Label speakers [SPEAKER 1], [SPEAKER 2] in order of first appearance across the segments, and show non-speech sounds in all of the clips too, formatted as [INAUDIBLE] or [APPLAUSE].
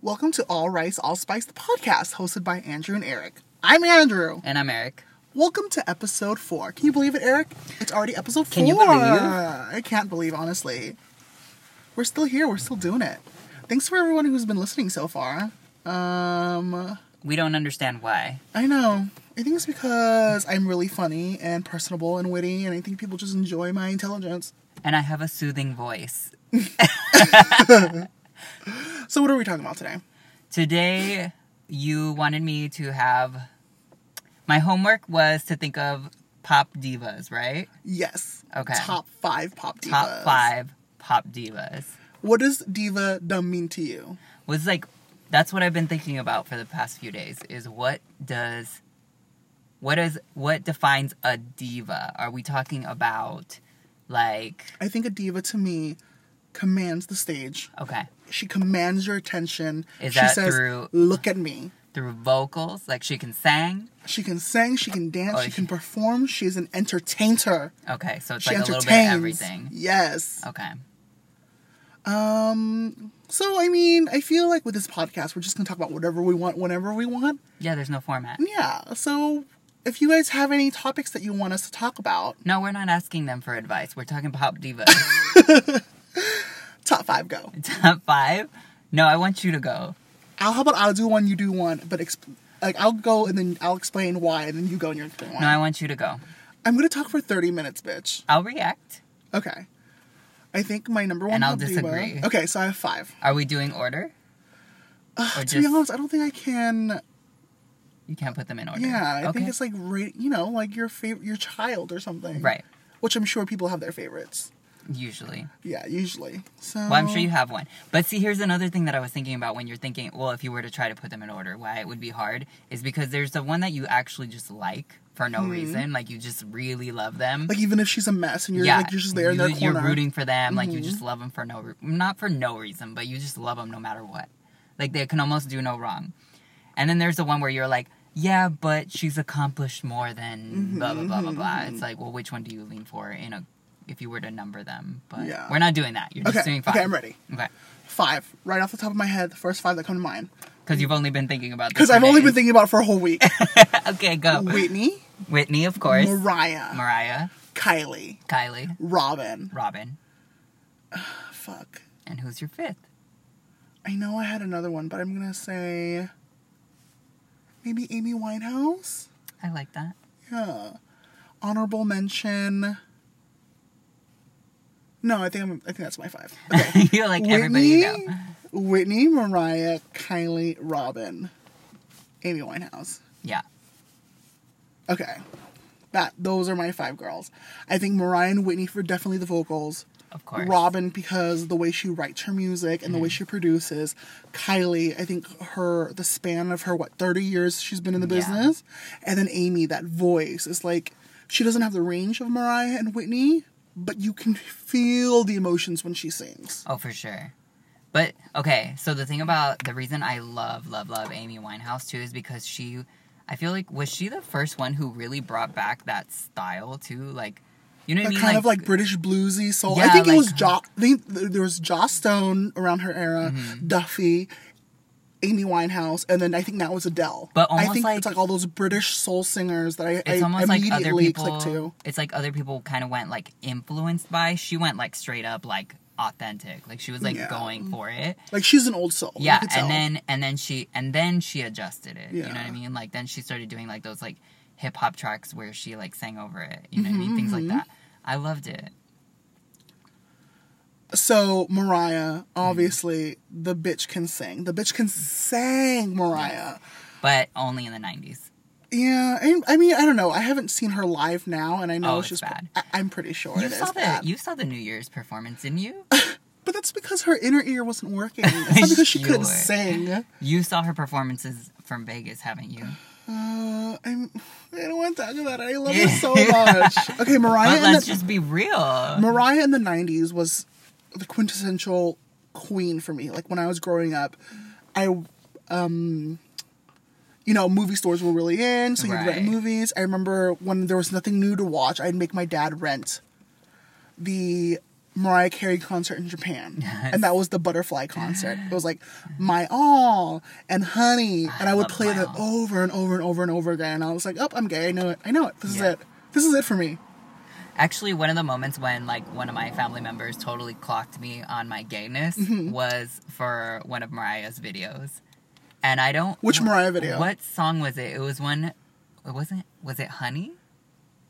[SPEAKER 1] Welcome to All Rice, All Spice, the podcast hosted by Andrew and Eric. I'm Andrew.
[SPEAKER 2] And I'm Eric.
[SPEAKER 1] Welcome to episode four. Can you believe it, Eric? It's already episode four.
[SPEAKER 2] Can you believe?
[SPEAKER 1] I can't believe, honestly. We're still here. We're still doing it. Thanks for everyone who's been listening so far. Um,
[SPEAKER 2] We don't understand why.
[SPEAKER 1] I know. I think it's because I'm really funny and personable and witty, and I think people just enjoy my intelligence.
[SPEAKER 2] And I have a soothing voice.
[SPEAKER 1] So, what are we talking about today?
[SPEAKER 2] Today, you wanted me to have. My homework was to think of pop divas, right?
[SPEAKER 1] Yes.
[SPEAKER 2] Okay.
[SPEAKER 1] Top five pop divas.
[SPEAKER 2] Top five pop divas.
[SPEAKER 1] What does diva dumb mean to you?
[SPEAKER 2] Was like, that's what I've been thinking about for the past few days is what does. What is what defines a diva? Are we talking about like
[SPEAKER 1] I think a diva to me commands the stage.
[SPEAKER 2] okay,
[SPEAKER 1] She commands your attention.
[SPEAKER 2] Is
[SPEAKER 1] she
[SPEAKER 2] that
[SPEAKER 1] says,
[SPEAKER 2] through-
[SPEAKER 1] "Look at me."
[SPEAKER 2] through vocals, like she can sing?
[SPEAKER 1] She can sing. She can dance.
[SPEAKER 2] Oh,
[SPEAKER 1] she
[SPEAKER 2] she-
[SPEAKER 1] can perform. She is an entertainer.
[SPEAKER 2] Okay, so it's
[SPEAKER 1] she
[SPEAKER 2] like
[SPEAKER 1] entertains.
[SPEAKER 2] a little bit of everything.
[SPEAKER 1] Yes.
[SPEAKER 2] Okay.
[SPEAKER 1] Um. So I mean, I feel like with this podcast, we're just gonna talk about whatever we want, whenever we want.
[SPEAKER 2] Yeah, there's no format.
[SPEAKER 1] Yeah. So if you guys have any topics that you want us to talk about,
[SPEAKER 2] No, we're not asking them for advice. We're talking pop divas.
[SPEAKER 1] top five go.
[SPEAKER 2] [LAUGHS] Top five? No, I want you to go.
[SPEAKER 1] I'll how about I'll do one, you do one, but exp- like I'll go and then I'll explain why, and then you go and you explain why.
[SPEAKER 2] No, I want you to go.
[SPEAKER 1] I'm gonna talk for 30 minutes, bitch.
[SPEAKER 2] I'll react.
[SPEAKER 1] Okay. I think my number one.
[SPEAKER 2] And I'll
[SPEAKER 1] would be, uh,
[SPEAKER 2] disagree.
[SPEAKER 1] Okay, so I have five.
[SPEAKER 2] Are we doing order? or
[SPEAKER 1] Uh, to be honest, I don't think I can.
[SPEAKER 2] you can't put them in order.
[SPEAKER 1] Yeah, I
[SPEAKER 2] okay.
[SPEAKER 1] think it's like ra- you know, like your favorite, your child or something.
[SPEAKER 2] right.
[SPEAKER 1] Which I'm sure people have their favorites.
[SPEAKER 2] Usually.
[SPEAKER 1] Yeah, usually. So.
[SPEAKER 2] Well, I'm sure you have one. But see, here's another thing that I was thinking about when you're thinking, well, if you were to try to put them in order, why it would be hard is because there's the one that you actually just like for
[SPEAKER 1] Mm-hmm.
[SPEAKER 2] no reason. Like you just really love them.
[SPEAKER 1] Like even if she's a mess and you're like you're just there in
[SPEAKER 2] you-
[SPEAKER 1] their
[SPEAKER 2] you're
[SPEAKER 1] corner. Mm-hmm.
[SPEAKER 2] rooting for them. Like you just love them for no, re- not for no reason, but you just love them no matter what. Like they can almost do no wrong. And then there's the one where you're like, yeah, but she's accomplished more
[SPEAKER 1] Mm-hmm,
[SPEAKER 2] than blah blah blah blah blah. It's like, well, which one do you lean for in a if you were to number them? But
[SPEAKER 1] Yeah.
[SPEAKER 2] we're not doing that. You're just
[SPEAKER 1] Okay,
[SPEAKER 2] doing five.
[SPEAKER 1] okay, I'm ready.
[SPEAKER 2] Okay,
[SPEAKER 1] Five, right off the top of my head, the first five that come to mind.
[SPEAKER 2] because you've only been thinking about this
[SPEAKER 1] Because
[SPEAKER 2] for
[SPEAKER 1] I've only been
[SPEAKER 2] days.
[SPEAKER 1] thinking about it for a whole
[SPEAKER 2] [LAUGHS]
[SPEAKER 1] week.
[SPEAKER 2] okay,
[SPEAKER 1] [LAUGHS]
[SPEAKER 2] go.
[SPEAKER 1] Whitney,
[SPEAKER 2] Whitney, of course.
[SPEAKER 1] Mariah,
[SPEAKER 2] Mariah,
[SPEAKER 1] Kylie,
[SPEAKER 2] Kylie,
[SPEAKER 1] Robin.
[SPEAKER 2] Robin,
[SPEAKER 1] Fuck.
[SPEAKER 2] and who's your fifth?
[SPEAKER 1] I know I had another one, but I'm gonna say maybe Amy Winehouse.
[SPEAKER 2] I like that. [LAUGHS]
[SPEAKER 1] Yeah. Honorable mention. No, I think I'm, I think that's my
[SPEAKER 2] [LAUGHS]
[SPEAKER 1] five. Okay.
[SPEAKER 2] you like everybody you know.
[SPEAKER 1] Whitney, Mariah, Kylie, Robin, Amy Winehouse.
[SPEAKER 2] Yeah.
[SPEAKER 1] Okay, that those are my five girls. I think Mariah and Whitney for definitely the vocals.
[SPEAKER 2] Of course. Mm-hmm.
[SPEAKER 1] Robin because the way she writes her music and the way she produces. Kylie, I think her the span of her what 30 years she's been in the
[SPEAKER 2] Yeah.
[SPEAKER 1] business. And then Amy, that voice is like she doesn't have the range of Mariah and Whitney, but you can feel the emotions when she sings.
[SPEAKER 2] Oh, for sure. But okay, so the thing about the reason I love, love, love Amy Winehouse too is because she, I feel like, was she the first one who really brought back that style too? Like, you know what I
[SPEAKER 1] That
[SPEAKER 2] mean?
[SPEAKER 1] kind of like British bluesy soul. I
[SPEAKER 2] Yeah,
[SPEAKER 1] think it
[SPEAKER 2] like-
[SPEAKER 1] was Jo. I think th- there was Joss Stone around her era,
[SPEAKER 2] Mm-hmm.
[SPEAKER 1] Duffy, Amy Winehouse, and then I think that was Adele.
[SPEAKER 2] But
[SPEAKER 1] I
[SPEAKER 2] almost
[SPEAKER 1] think
[SPEAKER 2] like-
[SPEAKER 1] it's like all those British soul singers that I, I
[SPEAKER 2] It's almost like other
[SPEAKER 1] immediately
[SPEAKER 2] people.
[SPEAKER 1] click to.
[SPEAKER 2] It's like other people kind of went like influenced by. She went like straight up like authentic. Like she was like
[SPEAKER 1] Yeah.
[SPEAKER 2] going for it.
[SPEAKER 1] Like she's an old soul. you
[SPEAKER 2] Yeah,
[SPEAKER 1] could tell.
[SPEAKER 2] and then and then she and then she adjusted it. You know what
[SPEAKER 1] Yeah.
[SPEAKER 2] I mean? Like then she started doing like those like hip hop tracks where she like sang over it. You know what I mean? Things like that. I loved it.
[SPEAKER 1] so Mariah, obviously the bitch can sing. The bitch can sing, Mariah.
[SPEAKER 2] But only in the nineties.
[SPEAKER 1] Yeah, I, I mean I don't know. I haven't seen her live now, and I know
[SPEAKER 2] Oh, it's
[SPEAKER 1] she's.
[SPEAKER 2] bad.
[SPEAKER 1] I, I'm pretty sure
[SPEAKER 2] You
[SPEAKER 1] it is
[SPEAKER 2] saw the
[SPEAKER 1] bad.
[SPEAKER 2] you saw the New Year's performance, didn't you?
[SPEAKER 1] But that's because her inner ear wasn't
[SPEAKER 2] [LAUGHS]
[SPEAKER 1] working. It's not because she couldn't
[SPEAKER 2] Sure.
[SPEAKER 1] sing.
[SPEAKER 2] you saw her performances from Vegas, haven't you?
[SPEAKER 1] Uh, I'm, I don't want to talk about it. I love her
[SPEAKER 2] [LAUGHS]
[SPEAKER 1] so much. Okay, Mariah.
[SPEAKER 2] But
[SPEAKER 1] In
[SPEAKER 2] let's
[SPEAKER 1] the,
[SPEAKER 2] just be real.
[SPEAKER 1] Mariah in the '90s was the quintessential queen for me. Like when I was growing up, I, um, you know, movie stores were really in, so you would
[SPEAKER 2] Right.
[SPEAKER 1] rent movies. I remember when there was nothing new to watch, I'd make my dad rent the Mariah Carey concert in Japan, and that was the butterfly concert. It was like my all and honey, and I would
[SPEAKER 2] love
[SPEAKER 1] play
[SPEAKER 2] My
[SPEAKER 1] that
[SPEAKER 2] All.
[SPEAKER 1] over and over and over and over again. And I was like, oh, I'm gay. I know it. I know it. This
[SPEAKER 2] Yeah.
[SPEAKER 1] is it. This is it for me.
[SPEAKER 2] Actually, one of the moments when like one of my family members totally clocked me on my gayness
[SPEAKER 1] Mm-hmm.
[SPEAKER 2] was for one of Mariah's videos, and I don't.
[SPEAKER 1] Which Mariah video?
[SPEAKER 2] What song was it? It was one. It wasn't. Was it Honey?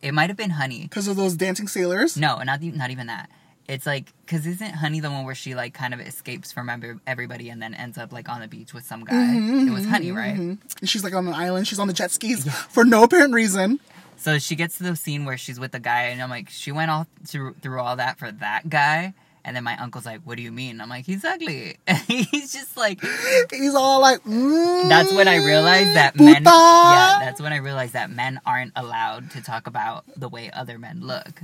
[SPEAKER 2] It might have been Honey.
[SPEAKER 1] Because of those dancing sailors.
[SPEAKER 2] No, not e- not even that. It's like because isn't Honey the one where she like kind of escapes from ev- everybody and then ends up like on the beach with some guy?
[SPEAKER 1] Mm-hmm,
[SPEAKER 2] it was Honey, right?
[SPEAKER 1] And she's like on an island. She's on the jet skis for no apparent reason.
[SPEAKER 2] So she gets to the scene where she's with the guy, and I'm like, she went all through through all that for that guy. And then my uncle's like, "What do you mean?" I'm like, "He's ugly." [LAUGHS] And he's just like,
[SPEAKER 1] He's all like, mm,
[SPEAKER 2] that's when I realized that men.
[SPEAKER 1] puta.
[SPEAKER 2] Yeah, that's when I realized that men aren't allowed to talk about the way other men look.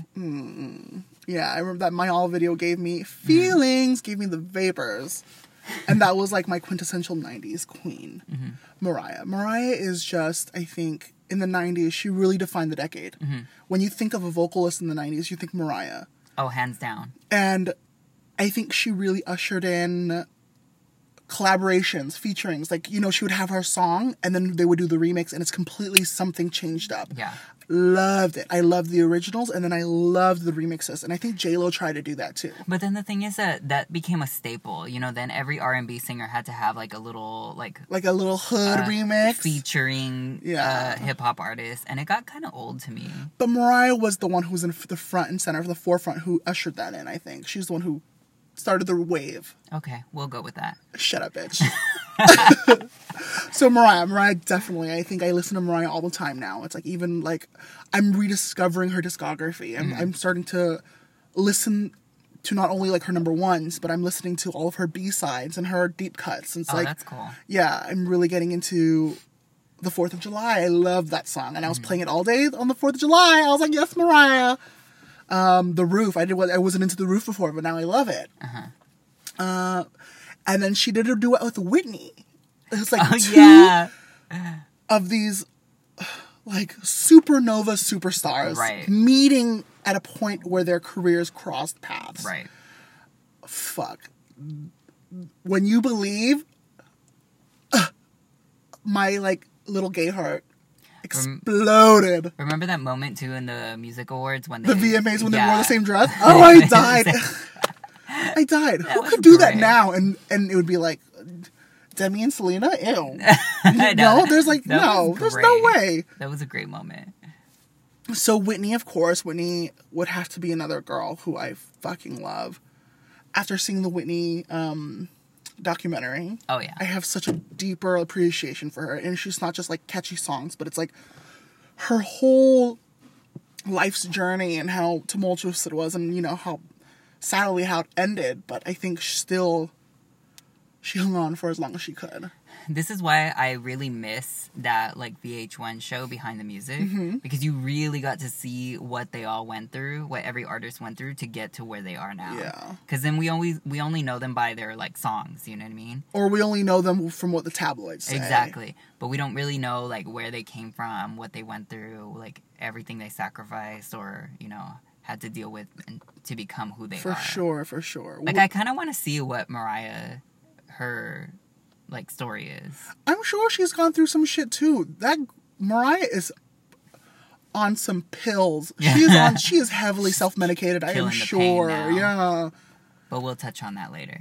[SPEAKER 1] Yeah, I remember that my all video gave me feelings, gave me the vapors. And that was like my quintessential 90s queen,
[SPEAKER 2] Mm-hmm.
[SPEAKER 1] Mariah. Mariah is just, I think, in the 90s, she really defined the decade.
[SPEAKER 2] Mm-hmm.
[SPEAKER 1] When you think of a vocalist in the 90s, you think Mariah.
[SPEAKER 2] Oh, hands down.
[SPEAKER 1] And I think she really ushered in collaborations, featurings. Like, you know, she would have her song and then they would do the remix and it's completely something changed up
[SPEAKER 2] Yeah.
[SPEAKER 1] loved it. I loved the originals, and then I loved the remixes. And I think J Lo tried to do that too.
[SPEAKER 2] But then the thing is that that became a staple. You know, then every R and B singer had to have like a little like
[SPEAKER 1] Like a little
[SPEAKER 2] Uh,
[SPEAKER 1] hood remix.
[SPEAKER 2] featuring
[SPEAKER 1] Yeah.
[SPEAKER 2] uh, hip hop artist, and it got kind of old to me.
[SPEAKER 1] But Mariah was the one who was in f- the front and center, the forefront, who ushered that in. I think she's the one who started the wave.
[SPEAKER 2] Okay, we'll go with that.
[SPEAKER 1] Shut up, bitch. [LAUGHS] so Mariah, Mariah definitely. I think I listen to Mariah all the time now. It's like even like I'm rediscovering her discography.
[SPEAKER 2] Mm-hmm.
[SPEAKER 1] I'm, I'm starting to listen to not only like her number ones, but I'm listening to all of her B sides and her deep cuts. And it's
[SPEAKER 2] oh,
[SPEAKER 1] like
[SPEAKER 2] that's cool.
[SPEAKER 1] yeah, I'm really getting into the Fourth of July. I love that song, and I
[SPEAKER 2] Mm-hmm.
[SPEAKER 1] was playing it all day on the Fourth of July. I was like, "Yes, Mariah." Um, the roof. I did. what- I wasn't into the roof before, but now I love it. Uh-huh. and then she did a duet with Whitney. It was like [LAUGHS]
[SPEAKER 2] Oh
[SPEAKER 1] two
[SPEAKER 2] yeah.
[SPEAKER 1] of these [SIGHS] like supernova superstars
[SPEAKER 2] Right.
[SPEAKER 1] meeting at a point where their careers crossed paths.
[SPEAKER 2] Right.
[SPEAKER 1] fuck. When you believe, ugh, my like little gay heart exploded.
[SPEAKER 2] Remember that moment too in the music awards when
[SPEAKER 1] The
[SPEAKER 2] they,
[SPEAKER 1] VMAs when they wore
[SPEAKER 2] Yeah.
[SPEAKER 1] the
[SPEAKER 2] [LAUGHS]
[SPEAKER 1] same dress. Oh, I died. [LAUGHS] I died. Who
[SPEAKER 2] was
[SPEAKER 1] could do that
[SPEAKER 2] great.
[SPEAKER 1] now? And and it would be like Demi and Selena. Ew.
[SPEAKER 2] [LAUGHS] I know.
[SPEAKER 1] no, there's like
[SPEAKER 2] That
[SPEAKER 1] no.
[SPEAKER 2] was
[SPEAKER 1] There's no
[SPEAKER 2] great.
[SPEAKER 1] way.
[SPEAKER 2] That was a great moment.
[SPEAKER 1] So Whitney, of course, Whitney would have to be another girl who I fucking love. After seeing the Whitney um, documentary,
[SPEAKER 2] Oh yeah.
[SPEAKER 1] I have such a deeper appreciation for her. And she's not just like catchy songs, but it's like her whole life's journey and how tumultuous it was, and you know, how sadly how it ended. But I think she still she hung on for as long as she could.
[SPEAKER 2] This is why I really miss that like VH1 show behind the music
[SPEAKER 1] Mm-hmm.
[SPEAKER 2] because you really got to see what they all went through, what every artist went through to get to where they are now.
[SPEAKER 1] Yeah.
[SPEAKER 2] Cuz then we always we only know them by their like songs, you know what I mean?
[SPEAKER 1] Or we only know them from what the tabloids say.
[SPEAKER 2] Exactly. But we don't really know like where they came from, what they went through, like everything they sacrificed or, you know, had to deal with and to become who they
[SPEAKER 1] For
[SPEAKER 2] are.
[SPEAKER 1] sure, for sure.
[SPEAKER 2] Like I kind of want to see what Mariah her like story is.
[SPEAKER 1] I'm sure she's gone through some shit too. That Mariah is on some
[SPEAKER 2] [LAUGHS]
[SPEAKER 1] pills. She is on. She is heavily self medicated. I am
[SPEAKER 2] Feeling the pain
[SPEAKER 1] sure.
[SPEAKER 2] now.
[SPEAKER 1] Yeah, [LAUGHS]
[SPEAKER 2] But we'll touch on that later.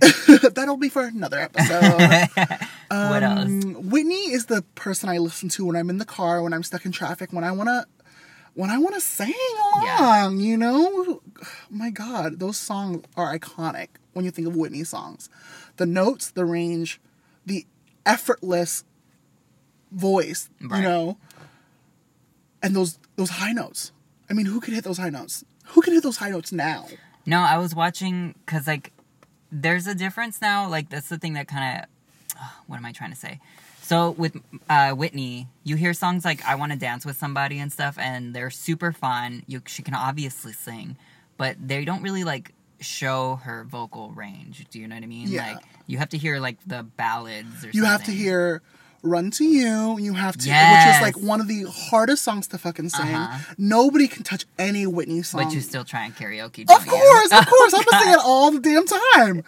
[SPEAKER 1] that'll be for another episode.
[SPEAKER 2] what else?
[SPEAKER 1] Um, Whitney is the person I listen to when I'm in the car, when I'm stuck in traffic, when I wanna, when I wanna sing
[SPEAKER 2] Yeah.
[SPEAKER 1] along. You know, my God, those songs are iconic. When you think of Whitney songs, the notes, the range, the effortless voice,
[SPEAKER 2] Right.
[SPEAKER 1] you know, and those those high notes. I mean, who could hit those high notes? Who could hit those high notes now?
[SPEAKER 2] No, I was watching cuz like there's a difference now. Like that's the thing that kind of what am I trying to say? So with uh, Whitney, you hear songs like "I Want to Dance with Somebody" and stuff, and they're super fun. You, she can obviously sing, but they don't really like show her vocal range. Do you know what I mean?
[SPEAKER 1] Yeah.
[SPEAKER 2] Like you have to hear like the ballads or
[SPEAKER 1] You have to
[SPEAKER 2] something.
[SPEAKER 1] hear Run to You, you have to, which
[SPEAKER 2] Yes.
[SPEAKER 1] is like one of the hardest songs to fucking sing.
[SPEAKER 2] Uh-huh.
[SPEAKER 1] Nobody can touch any Whitney song.
[SPEAKER 2] But you still try and karaoke.
[SPEAKER 1] Of
[SPEAKER 2] don't you?
[SPEAKER 1] course,
[SPEAKER 2] [LAUGHS]
[SPEAKER 1] of course. I'm gonna sing it all the damn time.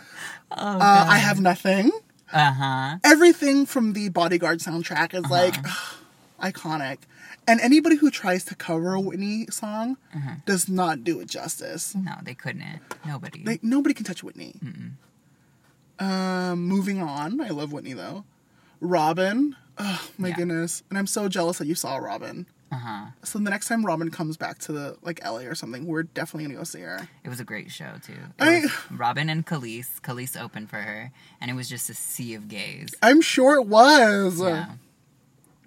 [SPEAKER 2] Oh,
[SPEAKER 1] Uh, I have nothing.
[SPEAKER 2] uh huh.
[SPEAKER 1] Everything from the Bodyguard soundtrack is like
[SPEAKER 2] Uh-huh.
[SPEAKER 1] [SIGHS] iconic. And anybody who tries to cover a Whitney song
[SPEAKER 2] Uh-huh.
[SPEAKER 1] does not do it justice.
[SPEAKER 2] No, they couldn't. Nobody.
[SPEAKER 1] Like nobody can touch Whitney. Um, moving on. I love Whitney though. Robin. Oh my
[SPEAKER 2] Yeah.
[SPEAKER 1] goodness. And I'm so jealous that you saw Robin.
[SPEAKER 2] uh huh.
[SPEAKER 1] So the next time Robin comes back to the like LA or something, we're definitely gonna go see her.
[SPEAKER 2] It was a great show too. It
[SPEAKER 1] I-
[SPEAKER 2] was Robin and Khalees. Khalees opened for her, and it was just a sea of gays.
[SPEAKER 1] I'm sure it was.
[SPEAKER 2] Yeah.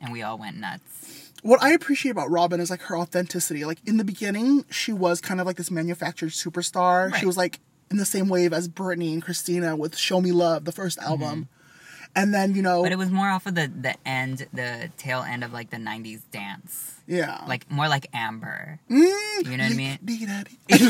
[SPEAKER 2] And we all went nuts.
[SPEAKER 1] what I appreciate about Robin is like her authenticity. Like in the beginning, she was kind of like this manufactured superstar.
[SPEAKER 2] Right.
[SPEAKER 1] She was like in the same wave as Britney and Christina with Show Me Love, the first album. And then, you know,
[SPEAKER 2] Mm-hmm. But it was more off of the the end, the tail end of like the '90s dance,
[SPEAKER 1] yeah.
[SPEAKER 2] like more like
[SPEAKER 1] [LAUGHS]
[SPEAKER 2] Amber.
[SPEAKER 1] Mm,
[SPEAKER 2] you know what I mean?
[SPEAKER 1] dig- dig [LAUGHS]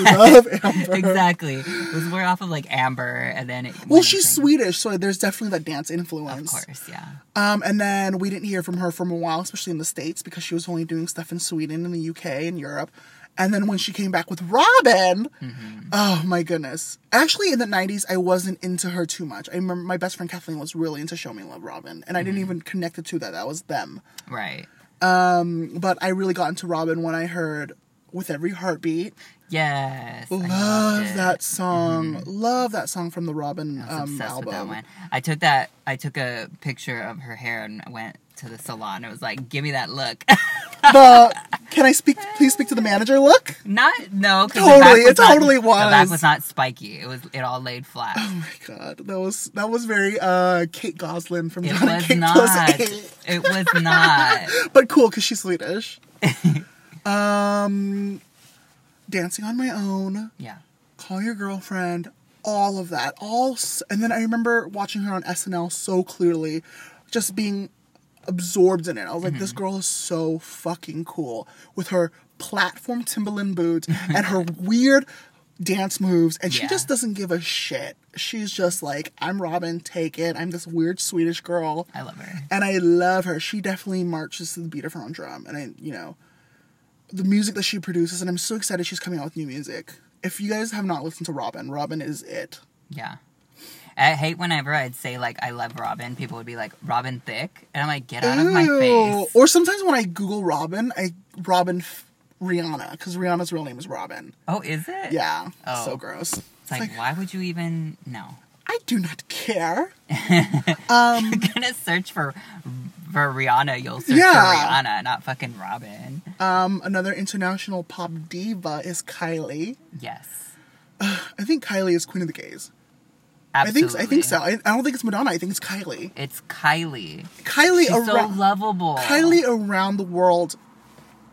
[SPEAKER 1] daddy. Love Amber.
[SPEAKER 2] exactly. It was more off of like Amber, and then it
[SPEAKER 1] Well,
[SPEAKER 2] went
[SPEAKER 1] she's
[SPEAKER 2] into-
[SPEAKER 1] Swedish, so there's definitely that dance
[SPEAKER 2] Of
[SPEAKER 1] influence.
[SPEAKER 2] course, yeah.
[SPEAKER 1] Um, and then we didn't hear from her for a while, especially in the States, because she was only doing stuff in Sweden and the UK and Europe. And then when she came back with Robin,
[SPEAKER 2] Mm-hmm.
[SPEAKER 1] oh my goodness. Actually, in the 90s, I wasn't into her too much. I remember my best friend Kathleen was really into Show Me Love Robin, and I
[SPEAKER 2] Mm-hmm.
[SPEAKER 1] didn't even connect the two that that was them.
[SPEAKER 2] Right.
[SPEAKER 1] But I really got into Robin when I heard With Every Heartbeat.
[SPEAKER 2] Yes. I loved
[SPEAKER 1] Love
[SPEAKER 2] it. Mm-hmm.
[SPEAKER 1] that song. Love that song from the Robin
[SPEAKER 2] I was
[SPEAKER 1] um,
[SPEAKER 2] obsessed
[SPEAKER 1] album.
[SPEAKER 2] with that one. I took that. I took a picture of her hair and went to the salon. It was like, give me that look. [LAUGHS]
[SPEAKER 1] the can I speak? Please speak to the manager. Look,
[SPEAKER 2] not no. 'cause the
[SPEAKER 1] Totally,
[SPEAKER 2] back was
[SPEAKER 1] it totally
[SPEAKER 2] not, The back
[SPEAKER 1] was.
[SPEAKER 2] was not spiky. It was. It all laid flat.
[SPEAKER 1] [LAUGHS] oh my god, that was that was very uh Kate Goslin from
[SPEAKER 2] It
[SPEAKER 1] Johnny
[SPEAKER 2] was
[SPEAKER 1] Cake
[SPEAKER 2] not.
[SPEAKER 1] Plus Eight,
[SPEAKER 2] It was not.
[SPEAKER 1] but cool because she's
[SPEAKER 2] [LAUGHS]
[SPEAKER 1] Swedish. um, dancing on my own,
[SPEAKER 2] Yeah.
[SPEAKER 1] call your girlfriend, all of that, all, s- and then I remember watching her on SNL so clearly, just being absorbed in it. I was like, this girl is so fucking cool with her platform Timberland boots and her weird dance moves and she
[SPEAKER 2] Yeah.
[SPEAKER 1] just doesn't give a shit. She's just like, I'm Robin, take it. I'm this weird Swedish girl.
[SPEAKER 2] I love her.
[SPEAKER 1] And I love her. She definitely marches to the beat of her own drum. And I, you know, the music that she produces, and I'm so excited she's coming out with new music. If you guys have not listened to Robin, Robin is it.
[SPEAKER 2] Yeah. I hate whenever I'd say like I love Robin. People would be like Robin thick, and I'm like, get out of my
[SPEAKER 1] Ew.
[SPEAKER 2] face.
[SPEAKER 1] Or sometimes when I Google Robin, I Robin F- Rihanna, because Rihanna's real name is Robin.
[SPEAKER 2] Oh, is it?
[SPEAKER 1] Yeah.
[SPEAKER 2] Oh.
[SPEAKER 1] So gross.
[SPEAKER 2] It's like, why would you even? No. [LAUGHS]
[SPEAKER 1] I do not care.
[SPEAKER 2] You're gonna search for for Rihanna. You'll search
[SPEAKER 1] Yeah.
[SPEAKER 2] for Rihanna, not fucking Robin.
[SPEAKER 1] Um, another international pop diva is Kylie.
[SPEAKER 2] Yes.
[SPEAKER 1] I think Kylie is Queen of the Gays.
[SPEAKER 2] Absolutely.
[SPEAKER 1] I think I think so. I, I don't think it's Madonna. I think it's Kylie.
[SPEAKER 2] It's Kylie.
[SPEAKER 1] Kylie
[SPEAKER 2] She's so
[SPEAKER 1] around
[SPEAKER 2] lovable.
[SPEAKER 1] Kylie
[SPEAKER 2] Um,
[SPEAKER 1] around the world,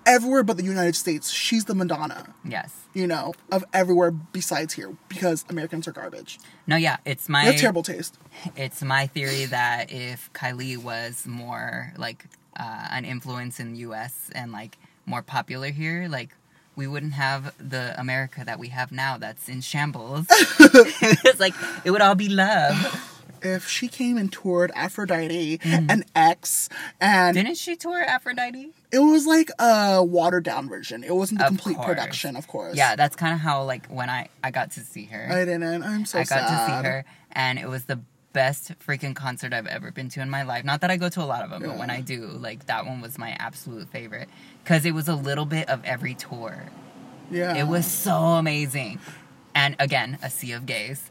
[SPEAKER 1] everywhere but the United States. She's the Madonna,
[SPEAKER 2] Yes.
[SPEAKER 1] you know, of everywhere besides here because Americans are garbage.
[SPEAKER 2] No, yeah, it's
[SPEAKER 1] They
[SPEAKER 2] my
[SPEAKER 1] have terrible taste.
[SPEAKER 2] it's my theory that if Kylie was more like uh, an influence in the US and like more popular here, like we wouldn't have the America that we have now that's
[SPEAKER 1] [LAUGHS]
[SPEAKER 2] in shambles. [LAUGHS] it's like it would all be love.
[SPEAKER 1] If she came and toured Aphrodite and X, and
[SPEAKER 2] Mm. Didn't she tour Aphrodite?
[SPEAKER 1] it was like a watered down version. It wasn't the
[SPEAKER 2] Of
[SPEAKER 1] complete
[SPEAKER 2] course.
[SPEAKER 1] production, of course.
[SPEAKER 2] Yeah, that's kind of how like when I I got to see her.
[SPEAKER 1] I didn't. I'm so
[SPEAKER 2] I got
[SPEAKER 1] sad.
[SPEAKER 2] to see her, and it was the best freaking concert I've ever been to in my life. Not that I go to a lot of them, but when
[SPEAKER 1] Yeah.
[SPEAKER 2] I do, like that one was my absolute favorite because it was a little bit of every tour.
[SPEAKER 1] Yeah.
[SPEAKER 2] It was so amazing, and again, a sea of gays.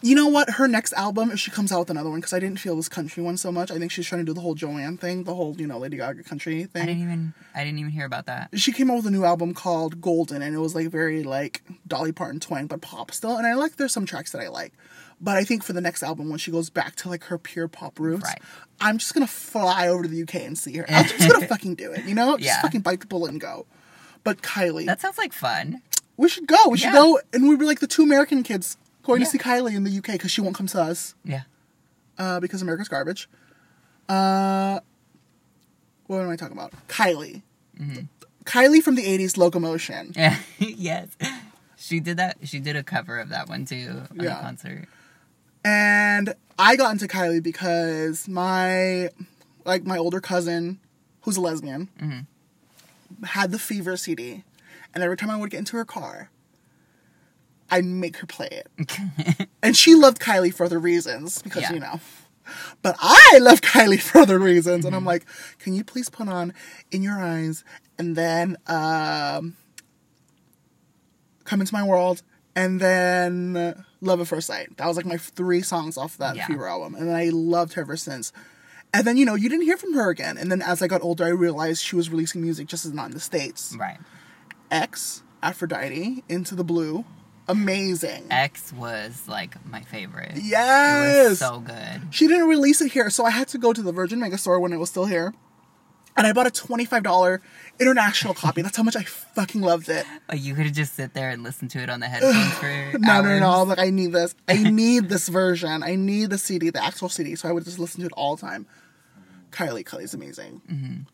[SPEAKER 1] You know what? Her next album, if she comes out with another one, because I didn't feel this country one so much. I think she's trying to do the whole Joanne thing, the whole you know Lady Gaga country thing.
[SPEAKER 2] I didn't even I didn't even hear about that.
[SPEAKER 1] she came out with a new album called Golden, and it was like very like Dolly Parton twang, but pop still. And I like there's some tracks that I like, but I think for the next album when she goes back to like her pure pop roots,
[SPEAKER 2] Right.
[SPEAKER 1] I'm just gonna fly over to the UK and see her. I'm just
[SPEAKER 2] [LAUGHS]
[SPEAKER 1] gonna fucking do it, you know? Just
[SPEAKER 2] Yeah.
[SPEAKER 1] fucking bite the bullet and go. But Kylie,
[SPEAKER 2] That sounds like fun.
[SPEAKER 1] we should go. We should
[SPEAKER 2] Yeah.
[SPEAKER 1] go, and we were like the two American kids going
[SPEAKER 2] Yeah.
[SPEAKER 1] to see Kylie in the UK because she won't come to us
[SPEAKER 2] Yeah. [LAUGHS]
[SPEAKER 1] uh, because America's garbage. Uh, what am I talking about? Kylie.
[SPEAKER 2] Mm-hmm.
[SPEAKER 1] Kylie from the 80s, Locomotion.
[SPEAKER 2] yes. She did that. She did a cover of that one too on
[SPEAKER 1] Yeah.
[SPEAKER 2] a concert.
[SPEAKER 1] And I got into Kylie because my like my older cousin, who's a lesbian, had the Fever CD, and every time I would get into her car, I'd make her play it. and she loved Kylie for other reasons because
[SPEAKER 2] Yeah.
[SPEAKER 1] you know. But I love Kylie [LAUGHS] for other reasons, and I'm like, can you please put on "In Your Eyes" and then um, "Come Into My World" and then uh, "Love at First Sight." That was like my three songs off that
[SPEAKER 2] Yeah.
[SPEAKER 1] Fever album, and I loved her ever since. And then you know you didn't hear from her again. And then as I got older, I realized she was releasing music just as not in the states.
[SPEAKER 2] Right.
[SPEAKER 1] X Aphrodite Into the Blue, amazing.
[SPEAKER 2] X was like my favorite. It
[SPEAKER 1] Yes.
[SPEAKER 2] was so good.
[SPEAKER 1] She didn't release it here, so I had to go to the Virgin Megastore when it was still here. And I bought a $25 international copy. That's how much I fucking loved it.
[SPEAKER 2] But you could just sit there and listen to it on the headphones
[SPEAKER 1] [SIGHS] [LAUGHS]
[SPEAKER 2] for
[SPEAKER 1] No,
[SPEAKER 2] hours.
[SPEAKER 1] no, no. I was like, I need this. I need this version. I need the CD, the actual CD. So I would just listen to it all the time. Kylie Kelly's amazing.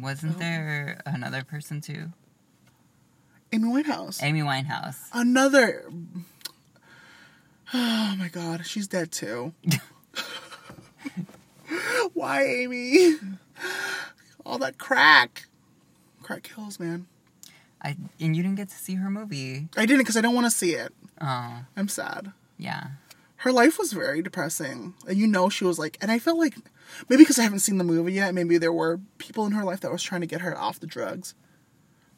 [SPEAKER 2] Wasn't there another person too?
[SPEAKER 1] Amy Winehouse.
[SPEAKER 2] Amy Winehouse.
[SPEAKER 1] Another. [SIGHS] Oh my god, she's dead too. [LAUGHS] Why, Amy? All that crack. Crack kills, man.
[SPEAKER 2] I and you didn't get to see her movie.
[SPEAKER 1] I didn't because I don't want to see it.
[SPEAKER 2] Oh,
[SPEAKER 1] I'm sad.
[SPEAKER 2] yeah.
[SPEAKER 1] Her life was very depressing. And you know, she was like, and I felt like maybe because I haven't seen the movie yet, maybe there were people in her life that was trying to get her off the drugs.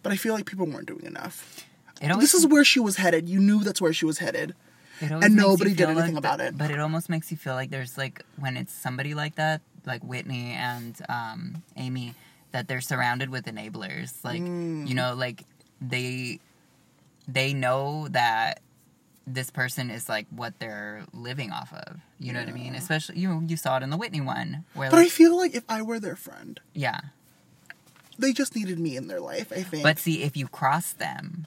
[SPEAKER 1] But I feel like people weren't doing enough.
[SPEAKER 2] It always
[SPEAKER 1] This is where she was headed. You knew that's where she was headed.
[SPEAKER 2] It always
[SPEAKER 1] and
[SPEAKER 2] makes you
[SPEAKER 1] nobody did
[SPEAKER 2] feel
[SPEAKER 1] anything
[SPEAKER 2] like-
[SPEAKER 1] about it.
[SPEAKER 2] But it almost makes you feel like there's like when it's somebody like that, like Whitney and um, Amy, that they're surrounded with enablers. Like
[SPEAKER 1] Mm.
[SPEAKER 2] you know, like they they know that this person is like what they're living off of. You know what I mean? Especially you you saw it in the Whitney one where
[SPEAKER 1] But I
[SPEAKER 2] like,
[SPEAKER 1] feel like if I were their friend,
[SPEAKER 2] yeah.
[SPEAKER 1] they just needed me in their life, I think.
[SPEAKER 2] But see, if you cross them,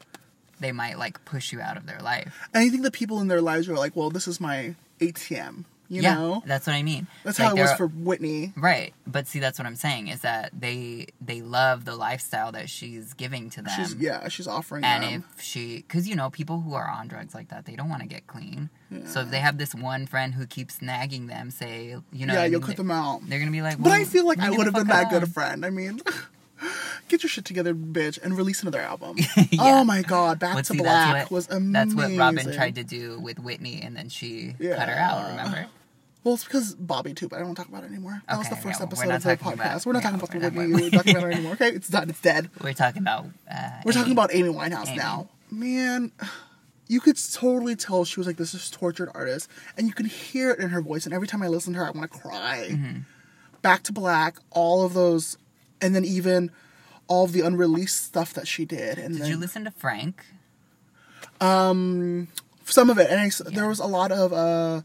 [SPEAKER 2] they might like push you out of their life.
[SPEAKER 1] and I think the people in their lives were like, well, this is my ATM, you
[SPEAKER 2] yeah,
[SPEAKER 1] know?
[SPEAKER 2] that's what I mean.
[SPEAKER 1] That's
[SPEAKER 2] Like,
[SPEAKER 1] how it was
[SPEAKER 2] they're-
[SPEAKER 1] for Whitney.
[SPEAKER 2] Right, but see, that's what I'm saying is that they they love the lifestyle that she's giving to them.
[SPEAKER 1] She's, yeah, she's offering
[SPEAKER 2] and
[SPEAKER 1] them.
[SPEAKER 2] if she, because you know, people who are on drugs like that, they don't want to get clean. So if they have this one friend who keeps nagging them, say, you know,
[SPEAKER 1] yeah,
[SPEAKER 2] what I
[SPEAKER 1] you'll
[SPEAKER 2] mean?
[SPEAKER 1] cut them out.
[SPEAKER 2] They're gonna be like,
[SPEAKER 1] But
[SPEAKER 2] well,
[SPEAKER 1] I feel like
[SPEAKER 2] you
[SPEAKER 1] I
[SPEAKER 2] get
[SPEAKER 1] would
[SPEAKER 2] the
[SPEAKER 1] have been
[SPEAKER 2] fuck
[SPEAKER 1] that good a
[SPEAKER 2] out.
[SPEAKER 1] friend. I mean, [LAUGHS] get your shit together, bitch, and release another album.
[SPEAKER 2] [LAUGHS] Yeah.
[SPEAKER 1] Oh my god, Back
[SPEAKER 2] But
[SPEAKER 1] to
[SPEAKER 2] see,
[SPEAKER 1] Black
[SPEAKER 2] that's what,
[SPEAKER 1] was amazing.
[SPEAKER 2] That's what Robin tried to do with Whitney, and then she cut her out.
[SPEAKER 1] Yeah.
[SPEAKER 2] Remember?
[SPEAKER 1] Well, it's because Bobby too, but I don't want to talk about it anymore. That was the
[SPEAKER 2] Okay,
[SPEAKER 1] first
[SPEAKER 2] yeah, we're
[SPEAKER 1] episode
[SPEAKER 2] not
[SPEAKER 1] of the
[SPEAKER 2] talking
[SPEAKER 1] podcast.
[SPEAKER 2] about-
[SPEAKER 1] we're not
[SPEAKER 2] yeah,
[SPEAKER 1] talking about the
[SPEAKER 2] we're not-
[SPEAKER 1] Whitney We're talking about it anymore. Okay, it's done. It's dead.
[SPEAKER 2] We're talking about. Uh,
[SPEAKER 1] We're talking
[SPEAKER 2] Amy.
[SPEAKER 1] about Amy Winehouse
[SPEAKER 2] Amy.
[SPEAKER 1] now. Man, you could totally tell she was like this is tortured artist, and you could hear it in her voice. And every time I listen to her, I want to cry.
[SPEAKER 2] Mm-hmm.
[SPEAKER 1] Back to Black, all of those, and then even all of the unreleased stuff that she did, and
[SPEAKER 2] Did
[SPEAKER 1] then
[SPEAKER 2] you listen to Frank?
[SPEAKER 1] some of it. And I s there was a lot of uh,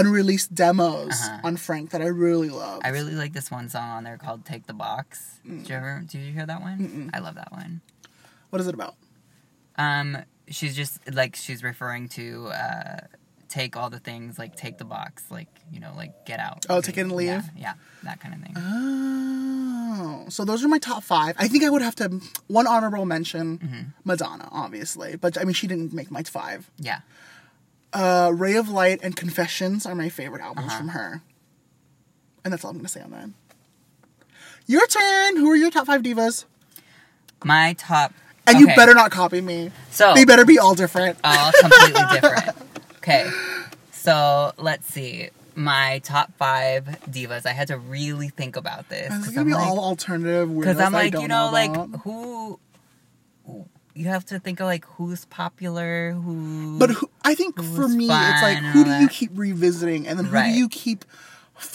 [SPEAKER 1] unreleased demos on Frank that I really loved.
[SPEAKER 2] Uh-huh. I really like this one song on there called "Take the Box." Did you
[SPEAKER 1] Mm.
[SPEAKER 2] ever? Did you hear that one? I love that one.
[SPEAKER 1] what is it about?
[SPEAKER 2] Um, she's just like she's referring to uh, take all the things, like take the box, like you know, like get out.
[SPEAKER 1] Oh, take it and
[SPEAKER 2] Yeah,
[SPEAKER 1] leave? Uh-huh.
[SPEAKER 2] yeah, that kind of thing.
[SPEAKER 1] Oh, so those are my top five. I think I would have to one honorable mention
[SPEAKER 2] Mm-hmm.
[SPEAKER 1] Madonna, obviously, but I mean she didn't make my five.
[SPEAKER 2] Yeah,
[SPEAKER 1] Uh, Ray of Light and Confessions are my favorite albums
[SPEAKER 2] Uh-huh.
[SPEAKER 1] from her, and that's all I'm gonna say on that. Your turn. Who are your top five divas?
[SPEAKER 2] my top.
[SPEAKER 1] And you
[SPEAKER 2] okay, Oh. Uh,
[SPEAKER 1] better not copy me.
[SPEAKER 2] So-
[SPEAKER 1] they better be all different.
[SPEAKER 2] all completely different. Okay, so let's see. My top five divas. I had to really think about this
[SPEAKER 1] It's
[SPEAKER 2] 'cause
[SPEAKER 1] gonna
[SPEAKER 2] I'm
[SPEAKER 1] be
[SPEAKER 2] like-
[SPEAKER 1] all alternative weirdos.
[SPEAKER 2] because I'm
[SPEAKER 1] that I
[SPEAKER 2] like,
[SPEAKER 1] don't
[SPEAKER 2] you know, like
[SPEAKER 1] about.
[SPEAKER 2] who you have to think of like who's popular, who
[SPEAKER 1] But who, I think for
[SPEAKER 2] was
[SPEAKER 1] me, it's like,
[SPEAKER 2] fun and
[SPEAKER 1] who
[SPEAKER 2] all
[SPEAKER 1] do you
[SPEAKER 2] that.
[SPEAKER 1] keep revisiting, and then who
[SPEAKER 2] Right.
[SPEAKER 1] do you keep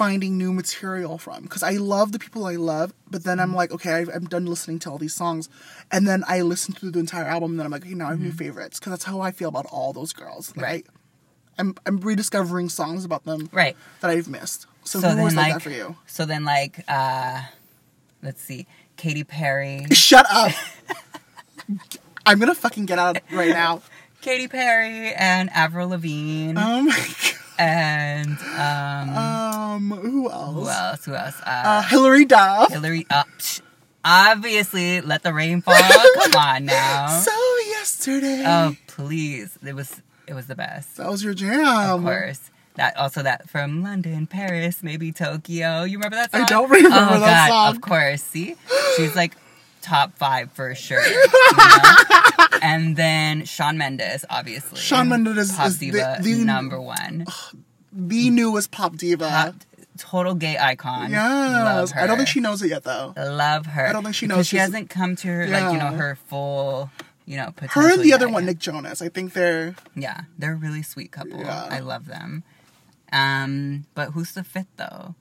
[SPEAKER 1] finding new material from? Because I love the people I love, but then
[SPEAKER 2] Mm-hmm.
[SPEAKER 1] I'm like, okay, I've, I'm done listening to all these songs, and then I listen to the entire album, and then I'm like, okay, now I have new favorites, because that's how I feel about all those girls. Like,
[SPEAKER 2] Mm-hmm. Right.
[SPEAKER 1] I, am I'm rediscovering songs about them
[SPEAKER 2] right.
[SPEAKER 1] that I've missed. So, who was like that for you?
[SPEAKER 2] so then like, uh, let's see, Katy Perry,
[SPEAKER 1] Shut up. [LAUGHS] I'm gonna fucking get out right
[SPEAKER 2] [LAUGHS]
[SPEAKER 1] now.
[SPEAKER 2] Katy Perry and Avril Lavigne
[SPEAKER 1] Oh my god.
[SPEAKER 2] and um,
[SPEAKER 1] Um, who else?
[SPEAKER 2] who else? Who else?
[SPEAKER 1] Uh,
[SPEAKER 2] Uh,
[SPEAKER 1] Hillary Duff.
[SPEAKER 2] Hillary. Uh, psh, obviously, let the
[SPEAKER 1] [LAUGHS]
[SPEAKER 2] rain fall. Come on now.
[SPEAKER 1] So yesterday.
[SPEAKER 2] Oh please, it was it was the best.
[SPEAKER 1] that was your
[SPEAKER 2] Of
[SPEAKER 1] jam.
[SPEAKER 2] course. That also that from London, Paris, maybe Tokyo. You remember that
[SPEAKER 1] I
[SPEAKER 2] song?
[SPEAKER 1] don't remember
[SPEAKER 2] oh,
[SPEAKER 1] that
[SPEAKER 2] God,
[SPEAKER 1] song.
[SPEAKER 2] Of course. See, she's like top five for
[SPEAKER 1] [LAUGHS]
[SPEAKER 2] sure. you know? And then Sean Mendes, obviously.
[SPEAKER 1] Shawn Mendes is-
[SPEAKER 2] Pop
[SPEAKER 1] is the-
[SPEAKER 2] diva
[SPEAKER 1] the-
[SPEAKER 2] number one.
[SPEAKER 1] The newest pop diva.
[SPEAKER 2] Pop- total gay icon. Love
[SPEAKER 1] yes.
[SPEAKER 2] her.
[SPEAKER 1] I don't think she knows it yet though.
[SPEAKER 2] Love her.
[SPEAKER 1] I don't think she
[SPEAKER 2] Because
[SPEAKER 1] knows
[SPEAKER 2] She
[SPEAKER 1] she's-
[SPEAKER 2] hasn't come to her like you know
[SPEAKER 1] Yeah.
[SPEAKER 2] her full you know potential.
[SPEAKER 1] Her and the
[SPEAKER 2] yet,
[SPEAKER 1] other one,
[SPEAKER 2] yeah.
[SPEAKER 1] Nick Jonas. I think they're
[SPEAKER 2] Yeah, they're a really sweet couple.
[SPEAKER 1] Yeah.
[SPEAKER 2] I love them. Um, but who's the fifth though?